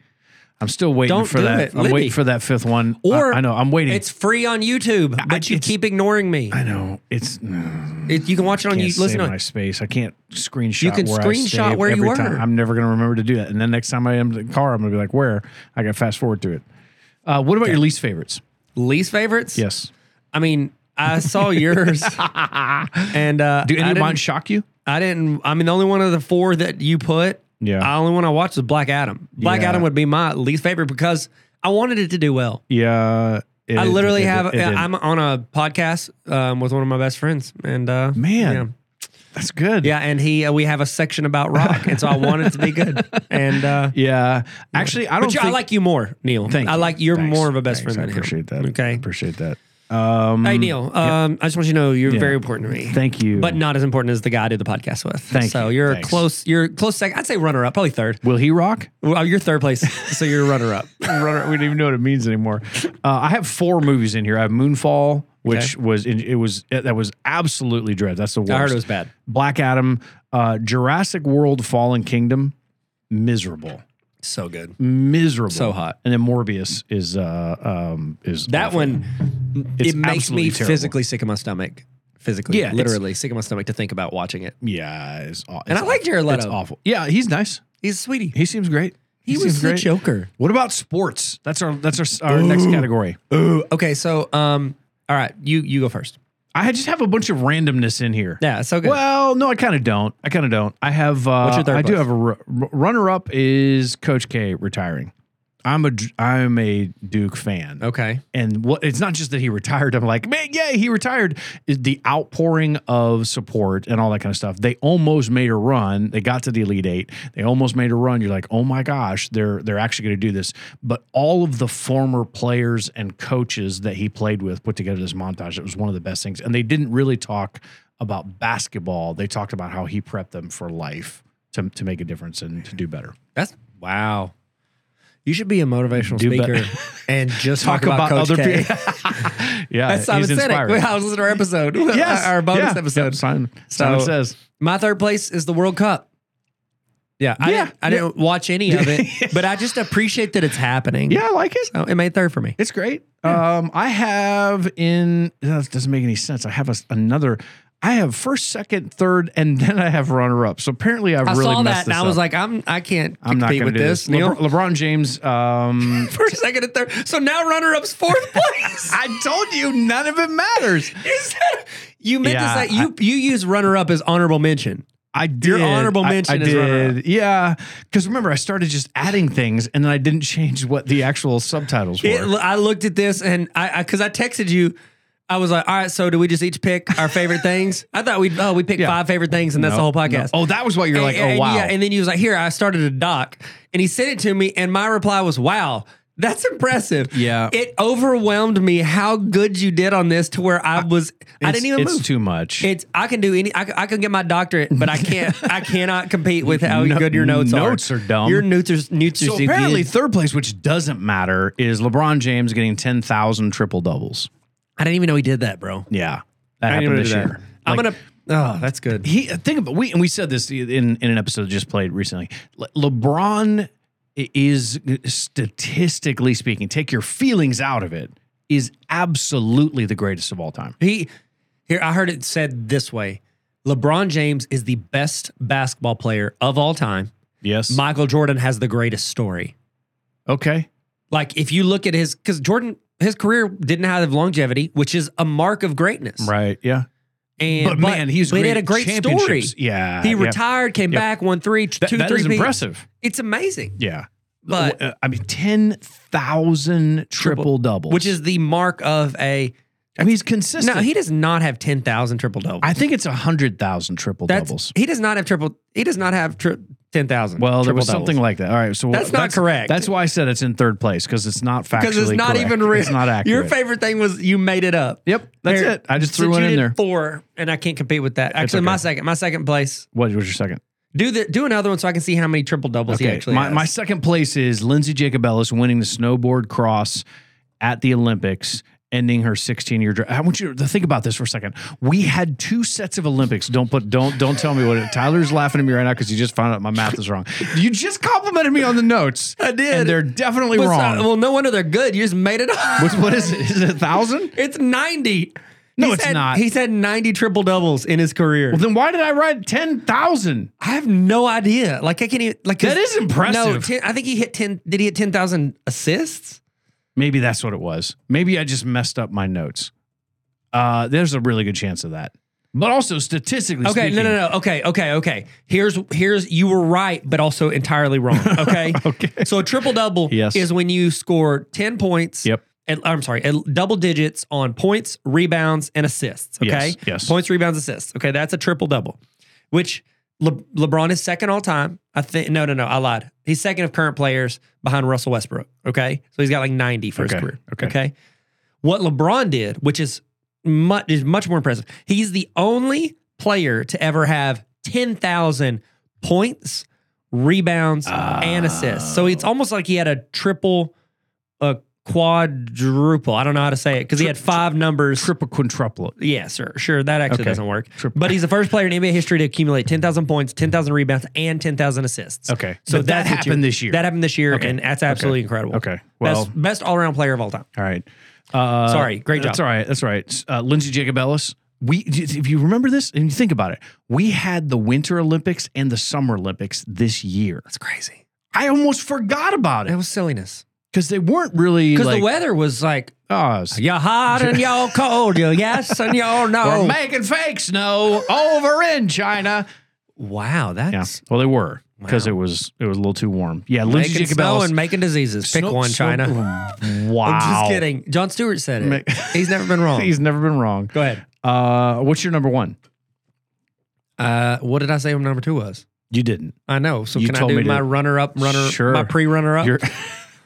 S1: I'm still waiting
S2: Don't
S1: for
S2: do
S1: that.
S2: it,
S1: I'm
S2: Libby.
S1: waiting for that fifth one.
S2: Or
S1: I, I know I'm waiting.
S2: It's free on YouTube, but you
S1: it's-
S2: keep ignoring me.
S1: I know it's.
S2: It- you can watch it on
S1: can't
S2: you. Listen
S1: save
S2: on.
S1: my space. I can't screenshot.
S2: You can
S1: where
S2: screenshot
S1: I save
S2: where you
S1: every
S2: were.
S1: Time. I'm never going to remember to do that. And then next time I am in the car, I'm going to be like, "Where?" I got to fast forward to it. Uh, what about your least favorites?
S2: (laughs) Least favorites?
S1: Yes.
S2: I mean, I
S1: (laughs)
S2: saw yours, and uh,
S1: Do any
S2: I
S1: of mine
S2: didn't,
S1: shock you?
S2: I didn't. I mean, the only one of the four that you put.
S1: Yeah.
S2: I only one I watched was Black Adam. Black
S1: Yeah.
S2: Adam would be my least favorite because I wanted it to do well.
S1: Yeah. it-
S2: I literally
S1: it- it-
S2: have.
S1: it did.
S2: I'm on a podcast um, with one of my best friends, and uh,
S1: Man. That's good.
S2: yeah, yeah, and he uh, we have a section about rock, and so I want it to
S1: (laughs)
S2: be good. And uh,
S1: Yeah. Actually, I don't.
S2: but you,
S1: think,
S2: I like you more, Neil.
S1: Thank
S2: I
S1: you.
S2: like you're
S1: Thanks.
S2: more of a best
S1: Thanks.
S2: friend.
S1: I
S2: than
S1: appreciate that.
S2: him.
S1: Mm. I
S2: Okay.
S1: appreciate that. Um,
S2: Hey Neil, um, I just want you to know you're
S1: Yeah.
S2: very important to me.
S1: Thank you.
S2: But not as important as the guy I do the podcast with.
S1: Thank
S2: so
S1: you.
S2: are
S1: Thanks.
S2: close. You're close second. I'd say runner up, probably third.
S1: will he rock?
S2: Well, you're third place, so you're runner up.
S1: (laughs) runner. We don't even know what it means anymore. Uh, I have four movies in here. I have Moonfall, which was in, it was it- that was absolutely dread. That's the worst.
S2: I heard it was bad.
S1: Black Adam, uh, Jurassic World, Fallen Kingdom, miserable,
S2: So good.
S1: miserable,
S2: So hot.
S1: And then Morbius is uh um is
S2: That
S1: awful.
S2: one,
S1: It's
S2: it makes me
S1: absolutely terrible.
S2: physically sick in my stomach. Physically,
S1: Yeah, it's-
S2: literally sick in my stomach to think about watching it.
S1: yeah is aw-
S2: And
S1: it's
S2: I like
S1: awful.
S2: Jared Leto.
S1: It's awful. Yeah, he's nice.
S2: He's a sweetie.
S1: He seems great.
S2: He,
S1: seems
S2: was the Joker.
S1: What about sports? That's our that's our, our next category.
S2: Ooh. Okay, so um, all right, you you go first.
S1: I just have a bunch of randomness in here.
S2: Yeah, so good.
S1: Well, no, I kind of don't. I kind of don't. I have. Uh,
S2: What's your third
S1: I do
S2: place?
S1: have a ru- r- runner up is Coach K retiring. I'm a Dr- I'm a Duke fan.
S2: okay,
S1: And what it's not just that he retired. I'm like, man, yeah, he retired. Is the outpouring of support and all that kind of stuff. They almost made a run. They got to the Elite Eight. They almost made a run. You're like, oh my gosh, they're they're actually going to do this. But all of the former players and coaches that he played with put together this montage. It was one of the best things. And they didn't really talk about basketball. They talked about how he prepped them for life to to make a difference and to do better.
S2: that's wow. You should be a motivational
S1: Do (laughs)
S2: speaker
S1: better.
S2: and just talk,
S1: Talk about,
S2: Coach
S1: other
S2: K. (laughs)
S1: people. (laughs) yeah,
S2: That's Simon
S1: he's
S2: Sinek.
S1: inspiring.
S2: (laughs) I was listening to our
S1: (laughs)
S2: episode,
S1: Yes.
S2: (laughs) our bonus
S1: Yeah. Yep,
S2: episode.
S1: Simon,
S2: So-
S1: Simon says,
S2: My third place is the World Cup. Yeah, I,
S1: Yeah.
S2: Didn't, I didn't watch any
S1: (laughs)
S2: of it, but I just appreciate that it's happening.
S1: yeah, I like it.
S2: so it made third for me.
S1: It's great. Um, I have in, that doesn't make any sense. I have a, another, I have first, second, third, and (laughs) then I have runner up. So apparently I've
S2: I
S1: really
S2: saw
S1: messed
S2: that
S1: this
S2: and I was
S1: up.
S2: like, I'm I can't
S1: I'm not
S2: compete
S1: going to
S2: with
S1: do
S2: this.
S1: this.
S2: Neil. (laughs)
S1: Lebr- LeBron James, um,
S2: First, second, and third. So now runner
S1: (laughs)
S2: up's fourth place.
S1: I told you none of it matters.
S2: (laughs) You said- you meant
S1: Yeah,
S2: to say you you use runner up as honorable mention.
S1: I did.
S2: Your honorable
S1: I- I,
S2: mention is
S1: did.
S2: runner-up.
S1: Yeah, because remember I started just adding things and then I didn't (laughs) change what the actual subtitles were.
S2: It, I looked at this and I because I, texted you. I was like, all right, so do we just each pick our
S1: (laughs)
S2: favorite things? I thought we oh we picked
S1: Yeah.
S2: five favorite things and that's the
S1: No,
S2: whole
S1: no.
S2: podcast.
S1: Oh, that was what you're like.
S2: And-
S1: Oh
S2: and-
S1: wow.
S2: yeah, and then he was like, "Here, I started a doc," and he sent it to me, and my reply was, "Wow." That's impressive.
S1: Yeah.
S2: It overwhelmed me how good you did on this to where I was, I
S1: It's-
S2: didn't even
S1: It's
S2: move.
S1: too much.
S2: It's I can do any. I, can- I can get my doctorate, but
S1: (laughs)
S2: I can't. I cannot compete with how good your notes are.
S1: notes are dumb.
S2: Your notes are notes are
S1: So
S2: stupid.
S1: apparently, third place, which doesn't matter, is LeBron James getting 10,000 triple doubles.
S2: I didn't even know he did that, bro.
S1: Yeah. That
S2: I
S1: happened
S2: didn't even
S1: this
S2: know that.
S1: year.
S2: I'm
S1: Like,
S2: gonna. Oh, that's good.
S1: He, think about we and we said this in, in an episode that just played recently. Le- LeBron i- is statistically speaking, take your feelings out of it, is absolutely the greatest of all time.
S2: He here. I heard it said this way: LeBron James is the best basketball player of all time.
S1: Yes.
S2: Michael Jordan has the greatest story.
S1: okay.
S2: Like if you look at his, because Jordan his career didn't have longevity, which is a mark of greatness.
S1: Right. Yeah.
S2: And
S1: But, man, he's
S2: but
S1: great.
S2: he had a great story.
S1: championships. Yeah.
S2: He
S1: yeah.
S2: retired, came
S1: Yep.
S2: back, won three, two,
S1: That,
S2: three.
S1: that is
S2: peat.
S1: impressive.
S2: It's amazing,
S1: Yeah.
S2: But-
S1: Uh, I mean, 10,000 triple doubles.
S2: which is the mark of a.
S1: I mean, he's consistent.
S2: No, he does not have ten thousand triple doubles.
S1: I think it's 100,000 triple
S2: That's
S1: doubles.
S2: he does not have triple. He does not have tri- ten thousand.
S1: Well, there was something like that. All right. So
S2: That's not correct.
S1: That's why I said it's in third place because it's not factually
S2: because it's not
S1: correct.
S2: even real.
S1: It's not accurate.
S2: Your favorite thing was you made it up.
S1: Yep. That's
S2: There.
S1: it. I just
S2: Since
S1: threw one
S2: you
S1: in
S2: did
S1: there.
S2: Four, and I can't compete with that. Actually,
S1: okay.
S2: my second, my second place.
S1: What was your second?
S2: Do the do another one so I can see how many triple doubles he actually
S1: my,
S2: has.
S1: my second place is Lindsay Jacobellis winning the snowboard cross at the Olympics, ending her 16 year. dr- I want you to think about this for a second. We had two sets of Olympics. Don't put don't don't tell me what it. Tyler's laughing at me right now because he just found out my math is wrong. You just complimented me on the notes.
S2: I did.
S1: and they're definitely
S2: What's-
S1: wrong.
S2: uh, well, no wonder they're good. You just made
S1: (laughs)
S2: it up.
S1: What's- what is it? Is it a thousand?
S2: (laughs) It's ninety.
S1: No,
S2: He's
S1: it's
S2: had-
S1: not.
S2: He's had ninety triple doubles in his career.
S1: Well, then why did I write ten thousand?
S2: I have no idea. Like I can't even like
S1: That
S2: his-
S1: is impressive.
S2: No, ten, I think he hit ten. Did he hit ten thousand assists?
S1: Maybe that's what it was. Maybe I just messed up my notes. Uh, there's a really good chance of that. But also statistically
S2: Okay,
S1: speaking,
S2: no, no, no. Okay, okay, okay. Here's here's you were right, but also entirely
S1: (laughs)
S2: wrong. Okay,
S1: Okay.
S2: So a triple double
S1: Yes.
S2: is when you score ten points.
S1: Yep.
S2: at- I'm sorry, at double digits on points, rebounds, and assists. Okay,
S1: Yes, yes.
S2: Points, rebounds, assists. Okay, that's a triple double, which Le- LeBron is second all time. I think. No, no, no. I lied. He's second of current players behind Russell Westbrook. Okay, so he's got like 90 for
S1: Okay,
S2: his career.
S1: okay.
S2: okay, what LeBron did, which is much is much more impressive. He's the only player to ever have 10,000 points, rebounds, and assists. So
S1: Oh.
S2: it's almost like he had a triple, a quadruple. I don't know how to say it because he had five numbers.
S1: triple quintuple.
S2: yeah, sure, sure. That actually
S1: Okay.
S2: doesn't work.
S1: Trip-
S2: But he's the first player in NBA history to accumulate 10,000 points, 10,000 rebounds, and 10,000 assists.
S1: Okay.
S2: So
S1: But that
S2: that's what you-
S1: happened this year.
S2: That happened this year,
S1: Okay.
S2: and that's absolutely incredible.
S1: Okay. Well,
S2: best, best all around player of all time.
S1: all right. Uh,
S2: Sorry, great
S1: That's
S2: job.
S1: all right. That's all right. Uh, Lindsay Jacobellis. We, if you remember this and you think about it, we had the Winter Olympics and the Summer Olympics this year.
S2: That's crazy.
S1: I almost forgot about
S2: That
S1: it
S2: was silliness.
S1: because they weren't really
S2: Because
S1: like,
S2: the weather was like
S1: oh, it's-
S2: Y'all hot and y'all cold. You yes and y'all
S1: we're
S2: no.
S1: making fake snow over in China.
S2: wow,
S1: Yeah.
S2: that's
S1: Well, they were because
S2: Wow.
S1: it was it was a little too warm. Yeah, Lindsay
S2: making snow
S1: Jacobellis.
S2: and making diseases. Pick
S1: Snow-
S2: one,
S1: snow-
S2: China.
S1: wow.
S2: (laughs) I'm just kidding. John Stewart said it.
S1: Ma-
S2: He's never been
S1: (laughs)
S2: wrong.
S1: He's never been wrong.
S2: Go ahead.
S1: Uh, what's your number one?
S2: Uh, what did I say number two was?
S1: You didn't.
S2: I know. So
S1: You
S2: can I
S1: told
S2: do
S1: me to-
S2: my runner up, runner,
S1: Sure.
S2: my pre runner up?
S1: You're,
S2: (laughs)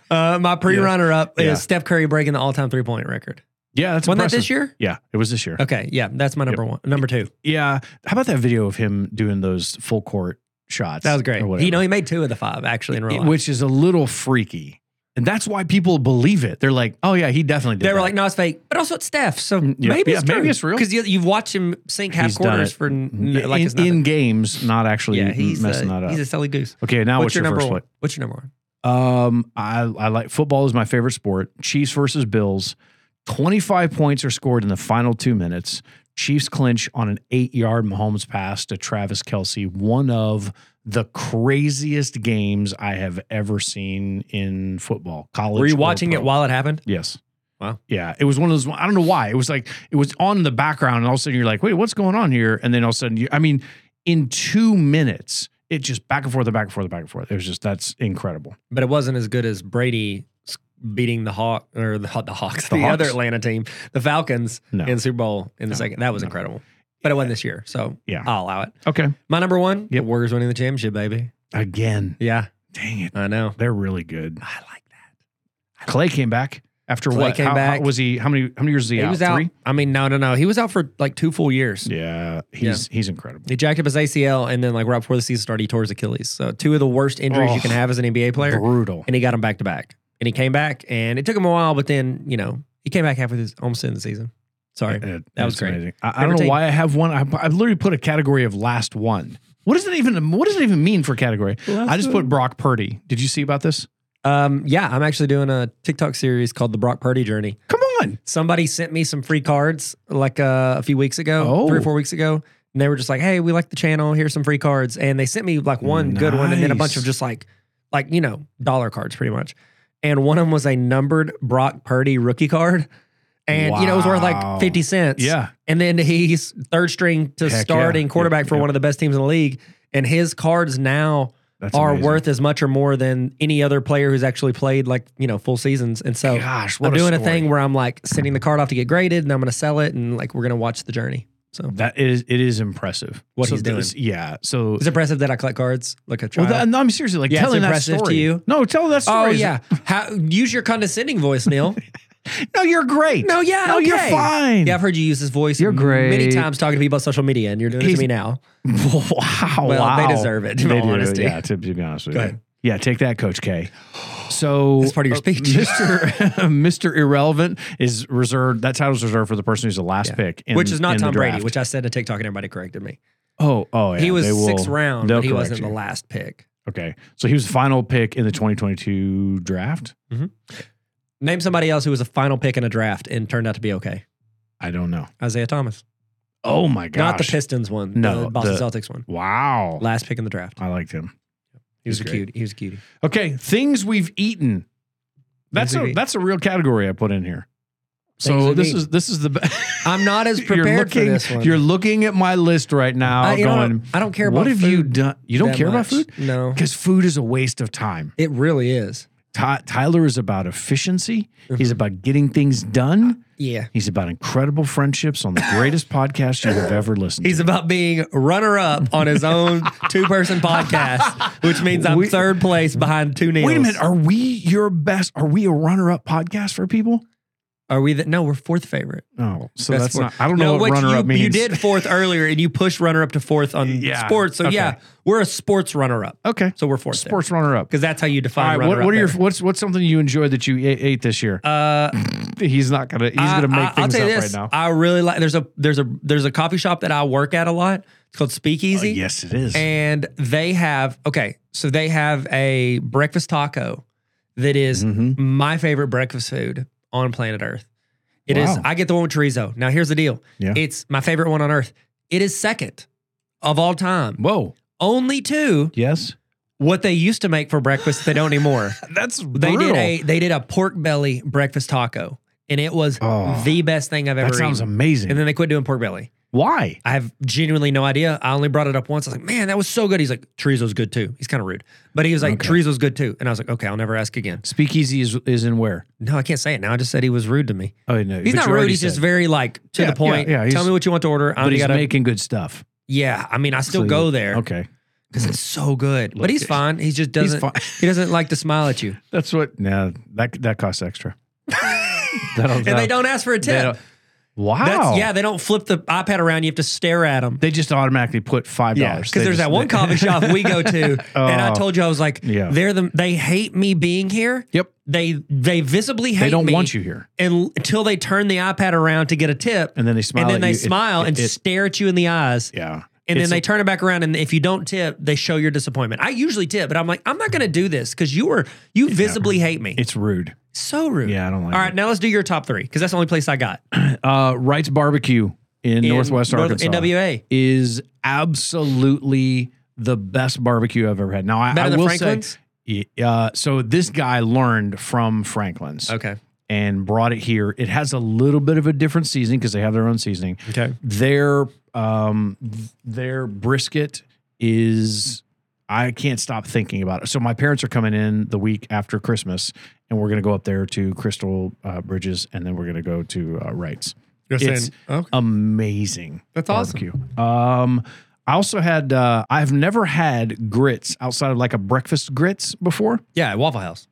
S2: Uh,
S1: (laughs)
S2: my pre runner up
S1: Yeah.
S2: is Steph Curry breaking the all time three point record.
S1: yeah, that's
S2: Wasn't
S1: impressive.
S2: that this year?
S1: Yeah, it was this year.
S2: Okay. Yeah. That's my number one. Number two.
S1: Yeah. How about that video of him doing those full court shots?
S2: That was great.
S1: or
S2: You
S1: whatever?
S2: know, he made two of the five actually in real
S1: It-
S2: life.
S1: which is a little freaky, and that's why people believe it. They're like, "Oh yeah, he definitely did."
S2: They were
S1: that.
S2: like, no, it's fake. But also, it's Steph. So
S1: Mm, yeah.
S2: maybe,
S1: Yeah,
S2: it's
S1: maybe it's real.
S2: Because you, you've watched him sink half
S1: He's done
S2: quarters
S1: it. Mm-hmm.
S2: for n- n- like
S1: in,
S2: it's nothing.
S1: in games, not actually
S2: yeah, he's
S1: messing
S2: a,
S1: that up.
S2: He's a silly goose.
S1: okay, now
S2: What's
S1: what's,
S2: your, number
S1: first
S2: one?
S1: one?
S2: What's your number one?
S1: Um, I, I like football is my favorite sport. Chiefs versus Bills. 25 points are scored in the final two minutes. Chiefs clinch on an eight yard Mahomes pass to Travis Kelsey, one of the craziest games I have ever seen in football. College.
S2: Were you
S1: or
S2: watching
S1: pro.
S2: it while it happened?
S1: Yes.
S2: Wow.
S1: Yeah. It was one of those. I don't know why. It was like, it was on in the background, and all of a sudden you're like, wait, what's going on here? And then all of a sudden, you, I mean, in two minutes, it just back and forth, and back and forth, and back and forth. It was just, that's incredible.
S2: But it wasn't as good as Brady s- beating the Hawk or the, the Hawks,
S1: The
S2: the,
S1: Hawks?
S2: other Atlanta team, the Falcons
S1: No.
S2: in the Super Bowl in the
S1: No.
S2: second. That was
S1: No.
S2: incredible. But it wasn't this year, so
S1: Yeah.
S2: I'll allow it.
S1: Okay.
S2: My number one, the
S1: Yep.
S2: Warriors winning the championship, baby.
S1: Again.
S2: Yeah,
S1: Dang it.
S2: I know.
S1: They're really good.
S2: I like that.
S1: Clay came back after
S2: Clay
S1: what?
S2: came
S1: how, how-
S2: back.
S1: was he how many how many years is he,
S2: he
S1: out?
S2: was out.
S1: Three?
S2: I mean, no, no, no. He was out for like two full years.
S1: Yeah. He's he's incredible.
S2: He jacked up his ACL, and then like right before the season started, he tore his Achilles. So two of the worst injuries
S1: Oh.
S2: you can have as an NBA player,
S1: Brutal.
S2: and he got them back to back. And he came back, and it took him a while, but then you know he came back halfway through, almost in the season. Sorry,
S1: It-
S2: that was
S1: it's
S2: great.
S1: amazing. I, I
S2: Favorite
S1: don't know
S2: team?
S1: why I have one. I, I literally put a category of last one. What does it even what does it even mean for category? I just put Brock Purdy. Did you see about this?
S2: Um, yeah, I'm actually doing a TikTok series called the Brock Purdy Journey.
S1: Come on.
S2: Somebody sent me some free cards like uh, a few weeks ago,
S1: Oh.
S2: three or four weeks ago, and they were just like, "Hey, we like the channel. Here's some free cards." And they sent me like one good one, and then a bunch
S1: Nice.
S2: of just like, like you know, dollar cards, pretty much. and one of them was a numbered Brock Purdy rookie card. And you know it was worth
S1: Wow.
S2: like fifty cents.
S1: Yeah.
S2: and then he's third string to
S1: Heck
S2: starting
S1: yeah.
S2: quarterback
S1: Yep,
S2: for
S1: yep.
S2: one of the best teams in the league, and his cards now
S1: That's
S2: are
S1: amazing.
S2: worth as much or more than any other player who's actually played like you know full seasons. And so
S1: Gosh, what
S2: Oh, I'm
S1: a
S2: doing a,
S1: story.
S2: thing where I'm like sending the card off to get graded, and I'm going to sell it, and like we're going to watch the journey. So
S1: That is, it is impressive
S2: What
S1: So
S2: he's doing.
S1: this- Yeah. So
S2: it's impressive that I collect cards like a
S1: Well,
S2: child.
S1: that, no, I'm seriously like
S2: Yeah, it's
S1: telling that
S2: impressive
S1: story.
S2: to you.
S1: No, tell that story.
S2: oh
S1: is-
S2: yeah, How, use your condescending
S1: (laughs)
S2: voice, Neil.
S1: No, you're great.
S2: no, yeah,
S1: No, you're
S2: okay.
S1: fine.
S2: Yeah, I've heard you use this voice.
S4: You're
S2: Many
S4: great.
S2: times talking to people on social media, and you're doing it
S1: He's-
S2: to me now.
S1: (laughs) wow.
S2: Well, they
S1: wow.
S2: deserve it, in all honesty.
S1: Yeah, to be honest with
S2: Go
S1: you.
S2: ahead.
S1: Yeah, take that, Coach K. So
S2: That's part of your speech.
S1: (laughs) Mr. Mr. Irrelevant is reserved. That title's reserved for the person who's the last
S2: Yeah.
S1: pick, in-
S2: which is
S1: in
S2: not
S1: the
S2: Tom Brady,
S1: draft.
S2: which I said to TikTok, and everybody corrected me.
S1: oh, oh, yeah,
S2: he was
S1: they will-
S2: sixth round,
S1: they'll
S2: but he
S1: correct
S2: wasn't
S1: you.
S2: the last pick.
S1: Okay, so he was the final pick in the 2022 draft.
S2: Name somebody else who was a final pick in a draft and turned out to be okay.
S1: I don't know.
S2: Isaiah Thomas,
S1: Oh my gosh!
S2: not the Pistons one,
S1: No,
S2: the Boston
S1: the-
S2: Celtics one.
S1: Wow,
S2: Last pick in the draft.
S1: I liked him.
S2: He was a
S1: He's
S2: cutie. He was a cutie.
S1: Okay, things we've eaten. That's
S2: Things
S1: a
S2: we've eaten.
S1: that's a real category I put in here.
S2: Things
S1: So
S2: we've
S1: this
S2: eaten.
S1: is this is (laughs) the best.
S2: I'm not as prepared
S1: you're looking
S2: for this one.
S1: you're looking at my list right now
S2: I, you know, I
S1: going
S2: don't- I don't care about
S1: what have
S2: food
S1: you done? You don't
S2: that
S1: care about
S2: much.
S1: food?
S2: No,
S1: Because food is a waste of time.
S2: it really is.
S1: Ty- Tyler is about efficiency.
S2: Mm-hmm.
S1: He's about getting things done.
S2: Yeah,
S1: He's about incredible friendships on
S2: (laughs)
S1: the greatest podcast you have ever listened
S2: he's
S1: to.
S2: about being runner up on his (laughs) own two person podcast, which means I'm
S1: We-
S2: third place behind two Neils.
S1: Wait a minute. Are we your best? Are we a runner up podcast for people?
S2: Are we that? No, we're fourth favorite.
S1: No. So
S2: That's
S1: that's,
S2: fourth.
S1: not, I don't
S2: No,
S1: know what
S2: which
S1: runner
S2: you,
S1: up means.
S2: You did fourth earlier, and you pushed runner up to fourth on
S1: Yeah,
S2: sports. So
S1: okay.
S2: yeah, we're a sports runner up.
S1: Okay.
S2: So we're fourth.
S1: Sports runner up.
S2: because that's how you
S1: All
S2: define
S1: right,
S2: runner
S1: what,
S2: up.
S1: what are your
S2: there.
S1: what's what's something you enjoyed that you ate, ate this year?
S2: Uh,
S1: he's not gonna he's
S2: I-
S1: gonna make
S2: I, I'll
S1: things
S2: tell
S1: up
S2: you this.
S1: right now.
S2: I really like. There's a there's a there's a coffee shop that I work at a lot. It's called Speakeasy.
S1: yes, it is.
S2: And they have okay, so they have a breakfast taco that is
S1: Mhm.
S2: my favorite breakfast food on planet Earth. It is.
S1: Wow.
S2: I get the one with chorizo. Now here's the deal.
S1: Yeah.
S2: It's my favorite one on earth. It is second of all time.
S1: Whoa.
S2: Only two
S1: Yes.
S2: what they used to make for breakfast they
S1: (laughs)
S2: don't anymore.
S1: That's
S2: They did a they did a pork belly breakfast taco and it was
S1: Oh.
S2: the best thing I've ever
S1: that sounds
S2: eaten.
S1: amazing.
S2: And then they quit doing pork belly.
S1: Why?
S2: I have genuinely no idea. I only brought it up once. I was like, man, that was so good. He's like, chorizo's good too. He's kind of rude, but he was like,
S1: Okay.
S2: chorizo's good too. And I was like, okay, I'll never ask again.
S1: Speakeasy is is in where?
S2: No, I can't say it now. I just said he was rude to me.
S1: Oh no,
S2: He's not rude. He's just very like to
S1: Yeah,
S2: the point.
S1: yeah, yeah,
S2: Tell
S1: he's-
S2: me what you want to order. I
S1: But
S2: only
S1: he's
S2: gotta.
S1: making good stuff.
S2: yeah, I mean, I still
S1: So
S2: go
S1: you-
S2: there
S1: Okay,
S2: because it's so good.
S1: Look,
S2: but he's fine. He just doesn't.
S1: fine.
S2: (laughs) He doesn't like to smile at you,
S1: that's what. No, that that costs
S2: (laughs)
S1: extra. That'll-
S2: and they
S1: that'll-
S2: don't ask for a
S1: they
S2: tip.
S1: don't- Wow.
S2: That's, yeah, they don't flip the iPad around. You have to stare at them.
S1: They just automatically put five
S2: Yeah,
S1: dollars.
S2: because there's
S1: (laughs)
S2: that one coffee shop we go to, and I
S1: Oh.
S2: told you I was like,
S1: Yeah.
S2: they're the they hate me being here.
S1: Yep.
S2: They they visibly hate
S1: They don't
S2: me
S1: want you here,
S2: and, until they turn the iPad around to get a tip,
S1: and then they smile.
S2: and then
S1: at
S2: they
S1: you. It-
S2: smile and
S1: it- it-
S2: stare at you in the eyes,
S1: yeah.
S2: and then
S1: It's
S2: they
S1: a-
S2: turn it back around, and if you don't tip, they show your disappointment. I usually tip, but I'm like, I'm not going to do this because you are you visibly hate me.
S1: It's rude.
S2: so rude.
S1: Yeah, I don't like.
S2: All
S1: it.
S2: right, now let's do your top three because that's the only place I got
S1: uh, Wright's Barbecue in,
S2: in
S1: Northwest
S2: North-
S1: Arkansas
S2: NWA.
S1: is absolutely the best barbecue I've ever had. Now I,
S2: Better
S1: I
S2: than
S1: will
S2: Franklin's?
S1: say, uh, so this guy learned from Franklin's
S2: Okay.
S1: and brought it here. It has a little bit of a different seasoning because they have their own seasoning.
S2: Okay.
S1: Their um, th- their brisket is. I can't stop thinking about it. So my parents are coming in the week after Christmas, and we're gonna go up there to Crystal uh, Bridges, and then we're gonna go to uh, Wright's
S2: You're
S1: It's-
S2: okay.
S1: amazing.
S2: That's
S1: barbecue. Um, I also had uh, I've never had grits outside of like a breakfast grits before.
S2: Yeah, at Waffle House.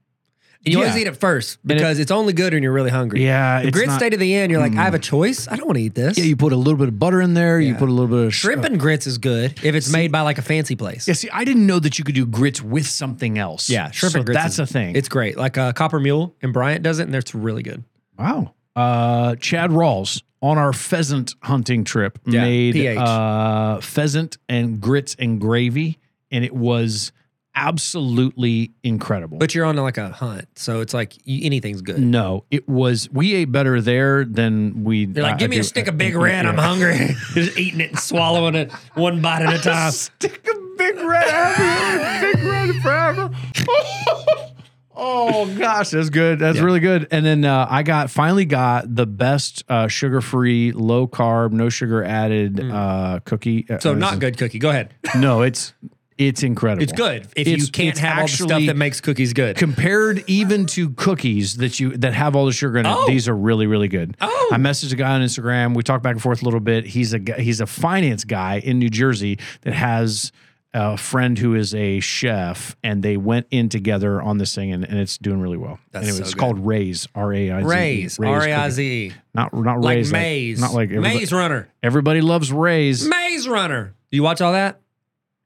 S2: And you always
S1: Yeah.
S2: eat it first because it's only good when you're really hungry.
S1: Yeah,
S2: the
S1: it's
S2: grits
S1: not- Mm.
S2: stay to the end. You're like, I have a choice. I don't want to eat this.
S1: yeah. You put a little bit of butter in there. You
S2: Yeah.
S1: put a little bit of sh-
S2: Shrimp and grits is good if it's made by like a fancy place.
S1: Yeah, see, I didn't know that you could do grits with something else.
S2: Yeah, shrimp
S1: so
S2: and grits
S1: That's
S2: is-
S1: a thing.
S2: It's great. Like uh, Copper Mule and Bryant does it, and it's really good.
S1: wow. Uh, Chad Rawls on our pheasant hunting trip
S2: Yeah,
S1: made
S2: PH.
S1: uh, pheasant and grits and gravy, and it was absolutely incredible.
S2: But you're on like a hunt, so it's like you, anything's good.
S1: No, it was. We ate better there than we.
S2: You're like,
S1: I- I
S2: give me a
S1: do-
S2: stick of Big Red. I'm
S1: Yeah. (laughs)
S2: hungry. (laughs) Just eating it and swallowing it one bite at a time.
S1: stick of Big Red. I haven't had a Big Red forever. Oh, (laughs) Oh gosh, that's good. That's
S2: Yeah.
S1: really good. And then uh, I got finally got the best uh, sugar free, low carb, no sugar added uh, cookie. Uh,
S2: Hmm. So
S1: uh,
S2: not good cookie. Go ahead.
S1: No, it's it's incredible.
S2: It's good if
S1: It's-
S2: you can't
S1: it's
S2: have all the stuff
S1: actually-
S2: that makes cookies good.
S1: Compared even to cookies that you that have all the sugar in it,
S2: Oh.
S1: these are really really good.
S2: Oh.
S1: I messaged a guy on Instagram. We talked back and forth a little bit. He's a gu- he's a finance guy in New Jersey that has a friend who is a chef, and they went in together on this thing, and, and it's doing really well.
S2: That's
S1: anyway,
S2: so
S1: it's
S2: good.
S1: called Raise R A I Z E,
S2: Raise,
S1: Raise
S2: R A I
S1: cookie.
S2: Z,
S1: not not
S2: like
S1: Raise
S2: Maze,
S1: not like everybody,
S2: Maze Runner,
S1: everybody loves Raise.
S2: Maze Runner. You watch all that?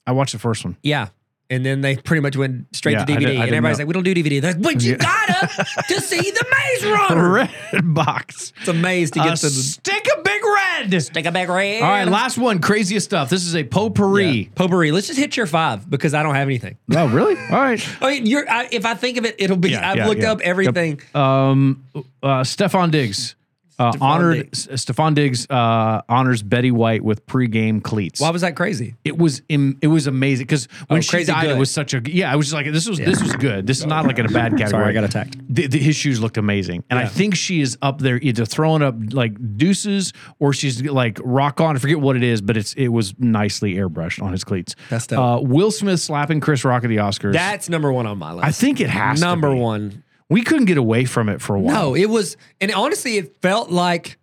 S1: I watched the first one. (laughs)
S2: Yeah. And then they pretty much went straight
S1: Yeah,
S2: to
S1: I
S2: DVD,
S1: did- I
S2: and
S1: didn't
S2: everybody's
S1: know.
S2: like, "We don't do DVD." They're like, but you
S1: Yeah.
S2: gotta
S1: (laughs)
S2: to see the Maze Runner.
S1: Red box.
S2: It's a maze to
S1: A
S2: get to the
S1: stick of big red.
S2: Take a big red.
S1: All right, last one. Craziest stuff. This is a potpourri.
S2: potpourri. Let's just hit your five because I don't have anything.
S1: No, (laughs) really? All right.
S2: I mean, you're, I, if I think of it, it'll be.
S1: Yeah,
S2: I've
S1: yeah,
S2: looked
S1: yeah.
S2: up everything.
S1: Um, uh, Stefan Diggs. Uh, honored Stefan Diggs uh, honors Betty White with pregame cleats.
S2: Why was that crazy?
S1: it was im- it was amazing because when
S2: Oh,
S1: she
S2: crazy
S1: died,
S2: good.
S1: it was such a yeah. I was just like this was this was good. This is not like in a
S2: (laughs)
S1: bad category.
S2: I got attacked.
S1: The, the- his shoes looked amazing, and I think she is up there either throwing up like deuces or she's like rock on. I forget what it is, but it's it was nicely airbrushed on his cleats.
S2: That's dope.
S1: uh, Will Smith slapping Chris Rock at the Oscars.
S2: That's number one on my list.
S1: I think it has to
S2: number
S1: be.
S2: one.
S1: We couldn't get away from it for a while.
S2: No, it was, and honestly, it felt like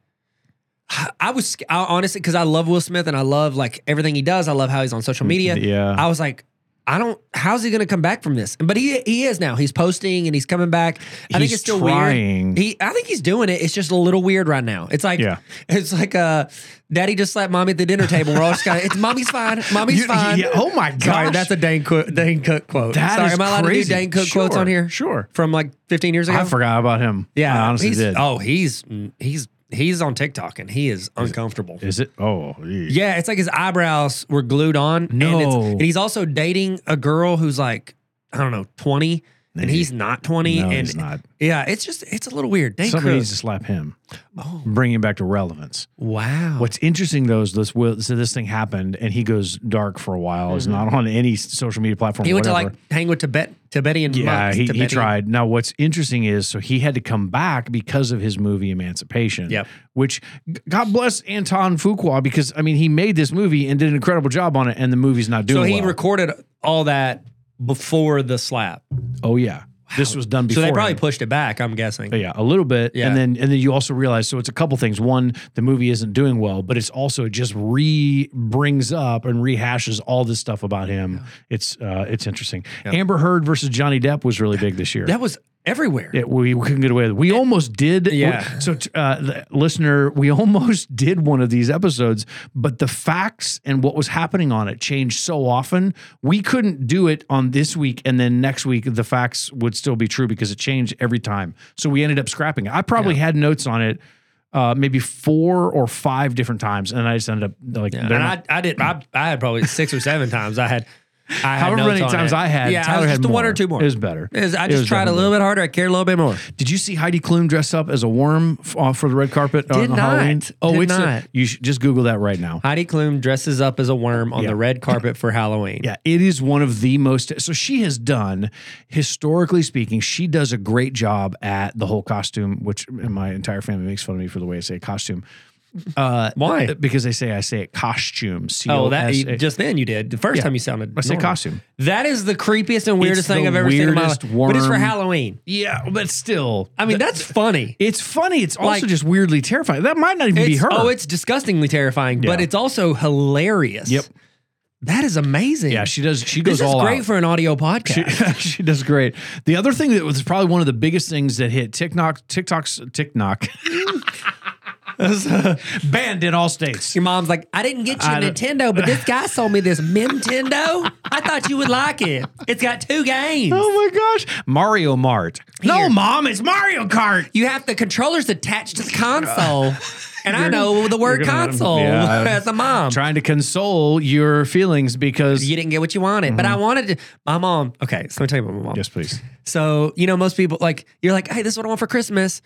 S2: I was sc- I, honestly because I love Will Smith and I love like everything he does. I love how he's on social media.
S1: Mm, yeah.
S2: I was like. I don't. How's he going to come back from this? But he he is now. He's posting and he's coming back. I think
S1: He's
S2: it's still
S1: trying.
S2: weird. He I think he's doing it. It's just a little weird right now. It's like
S1: Yeah.
S2: it's like uh, daddy just slapped mommy at the dinner table. We're all just kind of it's mommy's fine. Mommy's
S1: You-
S2: fine.
S1: yeah, oh my gosh.
S2: Sorry, that's a Dane Cook, Dane Cook quote.
S1: That
S2: Sorry,
S1: is
S2: am I allowed to do
S1: crazy.
S2: Dane Cook quotes
S1: Sure,
S2: on here?
S1: sure.
S2: From like 15 years ago.
S1: I forgot about him.
S2: Yeah,
S1: I honestly
S2: he's,
S1: did.
S2: Oh, he's he's he's on TikTok and he is uncomfortable.
S1: Is it? Oh, yeah.
S2: yeah, it's like his eyebrows were glued on. and, it's,
S1: No.
S2: and he's also dating a girl who's like I don't know twenty, and he's not twenty.
S1: No,
S2: and
S1: he's not.
S2: Yeah, it's just it's a little weird. Dane
S1: Somebody
S2: Cook. Oh.
S1: needs to slap him. Bring him back to relevance.
S2: wow.
S1: What's interesting though is this will so this thing happened and he goes dark for a while. He's not on any social media platform.
S2: Mm-hmm. he went
S1: whatever.
S2: to like hang with Tibet Tibetan
S1: yeah,
S2: monks.
S1: he, he
S2: Tibetan-
S1: tried. Now, what's interesting is so he had to come back because of his movie Emancipation.
S2: Yep.
S1: Which g- God bless Anton Fuqua because I mean he made this movie and did an incredible job on it, and the movie's not doing
S2: So he
S1: well.
S2: recorded all that before the slap.
S1: oh yeah, this was done
S2: So
S1: before.
S2: they probably
S1: him.
S2: pushed it back. I'm guessing.
S1: Yeah, a little bit,
S2: Yeah.
S1: and then and then you also realize so it's a couple things. One, the movie isn't doing well, but it's also just re brings up and rehashes all this stuff about him. It's uh, it's interesting. Amber Heard versus Johnny Depp was really big this year.
S2: That was everywhere.
S1: It, we couldn't get away with it. We almost did.
S2: Yeah.
S1: we- so, t- uh, the listener, we (laughs) almost did one of these episodes, but the facts and what was happening on it changed so often. We couldn't do it on this week. And then next week, the facts would still be true because it changed every time. So we ended up scrapping it. I probably had notes on it. Uh, maybe four or five different times, and I just ended up like.
S2: Yeah,
S1: they're
S2: and
S1: not-
S2: I, I did. I, I had probably six or seven times. I had. I had
S1: however
S2: notes
S1: many
S2: on
S1: times
S2: it.
S1: I had,
S2: Yeah,
S1: Tyler
S2: I was just
S1: had
S2: the one
S1: more.
S2: or two more.
S1: It was better.
S2: It was- I
S1: It
S2: just
S1: was
S2: tried a
S1: definitely
S2: little bit harder. I cared a little bit more.
S1: Did you see Heidi Klum dress up as a worm f- uh, for the red carpet on
S2: Did not.
S1: Halloween? Oh,
S2: Did
S1: it's a-
S2: not.
S1: you should just Google that right now.
S2: Heidi Klum dresses up as a worm on
S1: Yeah.
S2: the red carpet for Halloween.
S1: Yeah, it is one of the most. So she has done, historically speaking, she does a great job at the whole costume, which my entire family makes fun of me for the way I say costume
S2: Why?
S1: because they say I say it costume.
S2: Oh, that
S1: C-O-S-A.
S2: you, just then you did. The first
S1: Yeah.
S2: time you sounded.
S1: I say
S2: normal.
S1: costume.
S2: That is the creepiest and weirdest
S1: It's the
S2: thing I've ever seen in my
S1: weirdest
S2: life. But it's for
S1: worm.
S2: Halloween.
S1: Yeah, but still,
S2: I
S1: th-
S2: mean, that's funny.
S1: it's funny. It's also
S2: Like-
S1: just weirdly terrifying. That might not even be
S2: It's-
S1: her.
S2: Oh, it's disgustingly terrifying, but
S1: Yeah.
S2: it's also hilarious.
S1: Yep.
S2: That is amazing.
S1: yeah. She does. She goes
S2: This is
S1: all
S2: great
S1: out.
S2: for an audio
S1: (laughs)
S2: podcast.
S1: She, she does great. The other thing that was probably one of the biggest things that hit TikTok, TikTok's TikTok, (laughs) uh, banned in all states.
S2: Your mom's like, I didn't get you
S1: I
S2: a
S1: don't-
S2: Nintendo, but this guy sold me this Nintendo. I thought you would like it. It's got two games.
S1: Oh my gosh, Mario Mart.
S2: Here.
S1: No, mom, it's Mario Kart.
S2: You have the controllers attached to the console. And I know the word
S1: you're gonna-
S2: console
S1: Yeah.
S2: (laughs) as a mom.
S1: Trying to console your feelings because
S2: You didn't get what you wanted, but I wanted to. My mom, okay, so let me tell you about my mom.
S1: Mm-hmm. yes, please.
S2: So, you
S1: (laughs)
S2: know, most people like, you're like, hey, this is what I want for Christmas.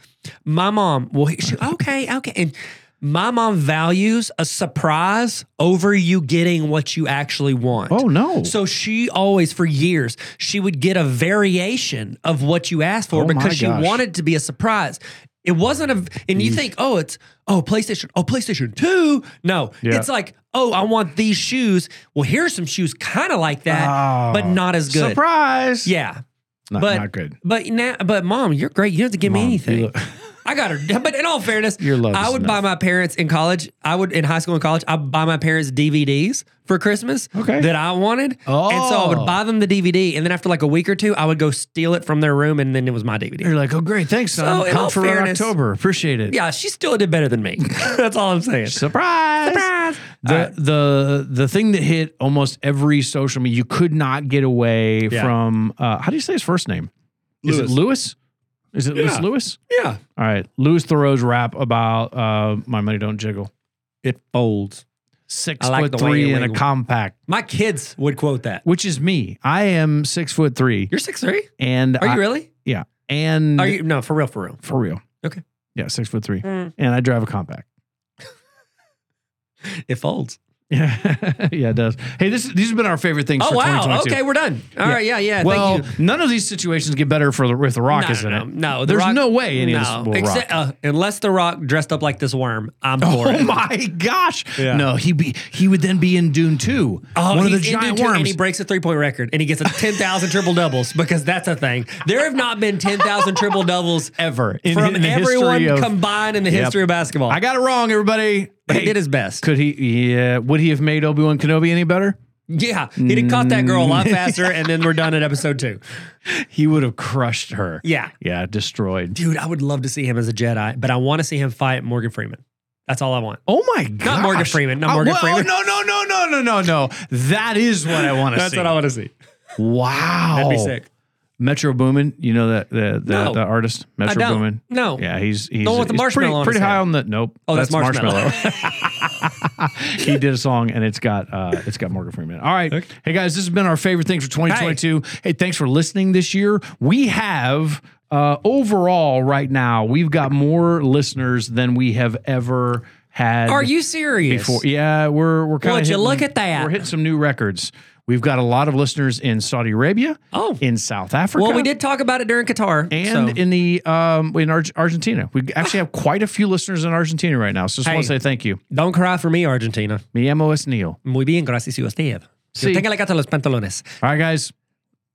S2: My mom, well, she, okay, okay. And My mom values a surprise over you getting what you actually want.
S1: Oh no.
S2: So she always, for years, she would get a variation of what you asked for
S1: Oh my
S2: because she
S1: gosh.
S2: wanted to be a surprise. It wasn't a, and you think, oh, it's, oh, PlayStation, oh, PlayStation 2. No,
S1: Yeah.
S2: it's like, oh, I want these shoes. Well, here's some shoes kind of like that,
S1: Oh.
S2: but not as good.
S1: Surprise.
S2: Yeah.
S1: Not,
S2: but-
S1: not good.
S2: But now, but mom, you're great. You don't have to give
S1: Mom,
S2: me
S1: you
S2: anything.
S1: look-
S2: I got her. But in all fairness,
S1: (laughs) Your love
S2: I
S1: is
S2: would
S1: enough.
S2: buy my parents in college. I would in high school and college. I would buy my parents DVDs for Christmas
S1: Okay.
S2: that I wanted. And so I
S1: Oh.
S2: would buy them the DVD, and then after like a week or two, I would go steal it from their room, and then it was my DVD.
S1: You're like, oh great, thanks, son.
S2: So, in all
S1: Come for uh,
S2: fairness-
S1: October. Appreciate it.
S2: Yeah, she still did better
S1: (laughs)
S2: than me. That's all I'm saying.
S1: Surprise. The
S2: All right.
S1: the the thing that hit almost every social media, you could not get away
S2: Yeah.
S1: from. Uh, how do you say his first name? Is it
S2: Lewis.
S1: Lewis? Is it Lewis
S2: Yeah.
S1: Lewis?
S2: Yeah,
S1: All right, Lewis Thoreau's rap about uh, my money don't jiggle.
S2: it folds.
S1: Six
S2: I like
S1: foot
S2: the way
S1: three
S2: it
S1: in a
S2: wiggle.
S1: compact,
S2: My kids would quote that.
S1: which is me. I am six foot three,
S2: You're six three.
S1: and
S2: Are
S1: I-
S2: you really?
S1: and
S2: Are you no for real? For real.
S1: for real?
S2: Okay.
S1: yeah, six foot three,
S2: Mm.
S1: and I drive a compact. (laughs)
S2: It folds.
S1: Yeah, yeah, it does. Hey, this these have been our favorite things.
S2: Oh
S1: for
S2: wow!
S1: 2022.
S2: Okay, we're done. All
S1: Yeah.
S2: right, yeah, yeah.
S1: Well,
S2: thank you.
S1: none of these situations get better for with the Rock,
S2: no,
S1: isn't
S2: no,
S1: it?
S2: No, The
S1: There's
S2: Rock-
S1: no way any of this will
S2: Except- uh, unless The Rock dressed up like this worm, I'm
S1: (laughs)
S2: for
S1: (laughs) Oh
S2: it.
S1: my gosh!
S2: Yeah.
S1: No, he be he would then be in Dune Two,
S2: Oh,
S1: one of the
S2: he's in
S1: giant
S2: Dune two,
S1: worms.
S2: and he breaks a three-point record, and he gets a ten thousand triple doubles because that's a thing. There have not been ten thousand triple doubles ever
S1: In-
S2: from
S1: in the history
S2: everyone
S1: of-
S2: combined in the
S1: Yep.
S2: history of basketball.
S1: I got it wrong, everybody.
S2: but he
S1: Hey,
S2: did his best.
S1: could he? Yeah, would he have made Obi Wan Kenobi any better?
S2: yeah, he would have caught that girl a
S1: Mm. (laughs)
S2: lot faster, and then we're done at episode two.
S1: He would have crushed her.
S2: Yeah,
S1: Yeah, destroyed.
S2: dude, I would love to see him as a Jedi, but I want to see him fight Morgan Freeman. That's all I want.
S1: Oh my god!
S2: Morgan Freeman, not Morgan Freeman.
S1: No, no, no, no, no, no, no. That is what I want to see.
S2: (laughs)
S1: Oh.
S2: That's what I want to see.
S1: Wow,
S2: That'd be sick.
S1: Metro Boomin, you know that the the,
S2: No.
S1: the artist Metro
S2: I don't.
S1: Boomin.
S2: No.
S1: Yeah, he's he's,
S2: The one with the
S1: he's
S2: marshmallow on
S1: pretty, pretty
S2: his
S1: high
S2: head.
S1: on the nope.
S2: Oh, that's Marshmello. (laughs)
S1: Marshmello. he did a song and it's got uh it's got Morgan Freeman. All right. Hey guys, this has been our favorite thing for 2022. Hey, thanks for listening this year. We have uh overall right now, we've got more listeners than we have ever had.
S2: Are you serious?
S1: before. Yeah, we're we're kind of.
S2: Would you look at that?
S1: We're hitting some new records. We've got a lot of listeners in Saudi Arabia.
S2: Oh.
S1: in South Africa.
S2: Well, we did talk about it during Qatar.
S1: And
S2: so.
S1: in the um in Ar- Argentina, we actually have quite a few listeners in Argentina right now. So just want to
S2: Hey.
S1: say thank you.
S2: don't cry for me, Argentina.
S1: Mi amo es Neil.
S2: Muy bien, gracias a usted.
S1: Sí.
S2: Yo tengo la gata los pantalones.
S1: All right, guys,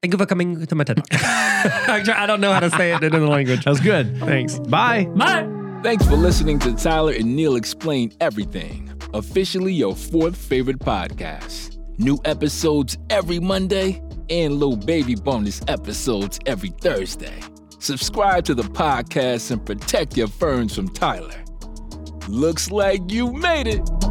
S2: Thank you for coming to my TED Talk. (laughs) I'm try- I don't know how to say it in the language.
S1: that was good. Thanks. Bye.
S2: Bye.
S3: Thanks for listening to Tyler and Neil Explain Everything, officially your fourth favorite podcast. New episodes every Monday and little baby bonus episodes every Thursday. Subscribe to the podcast and protect your ferns from Tyler. Looks like you made it.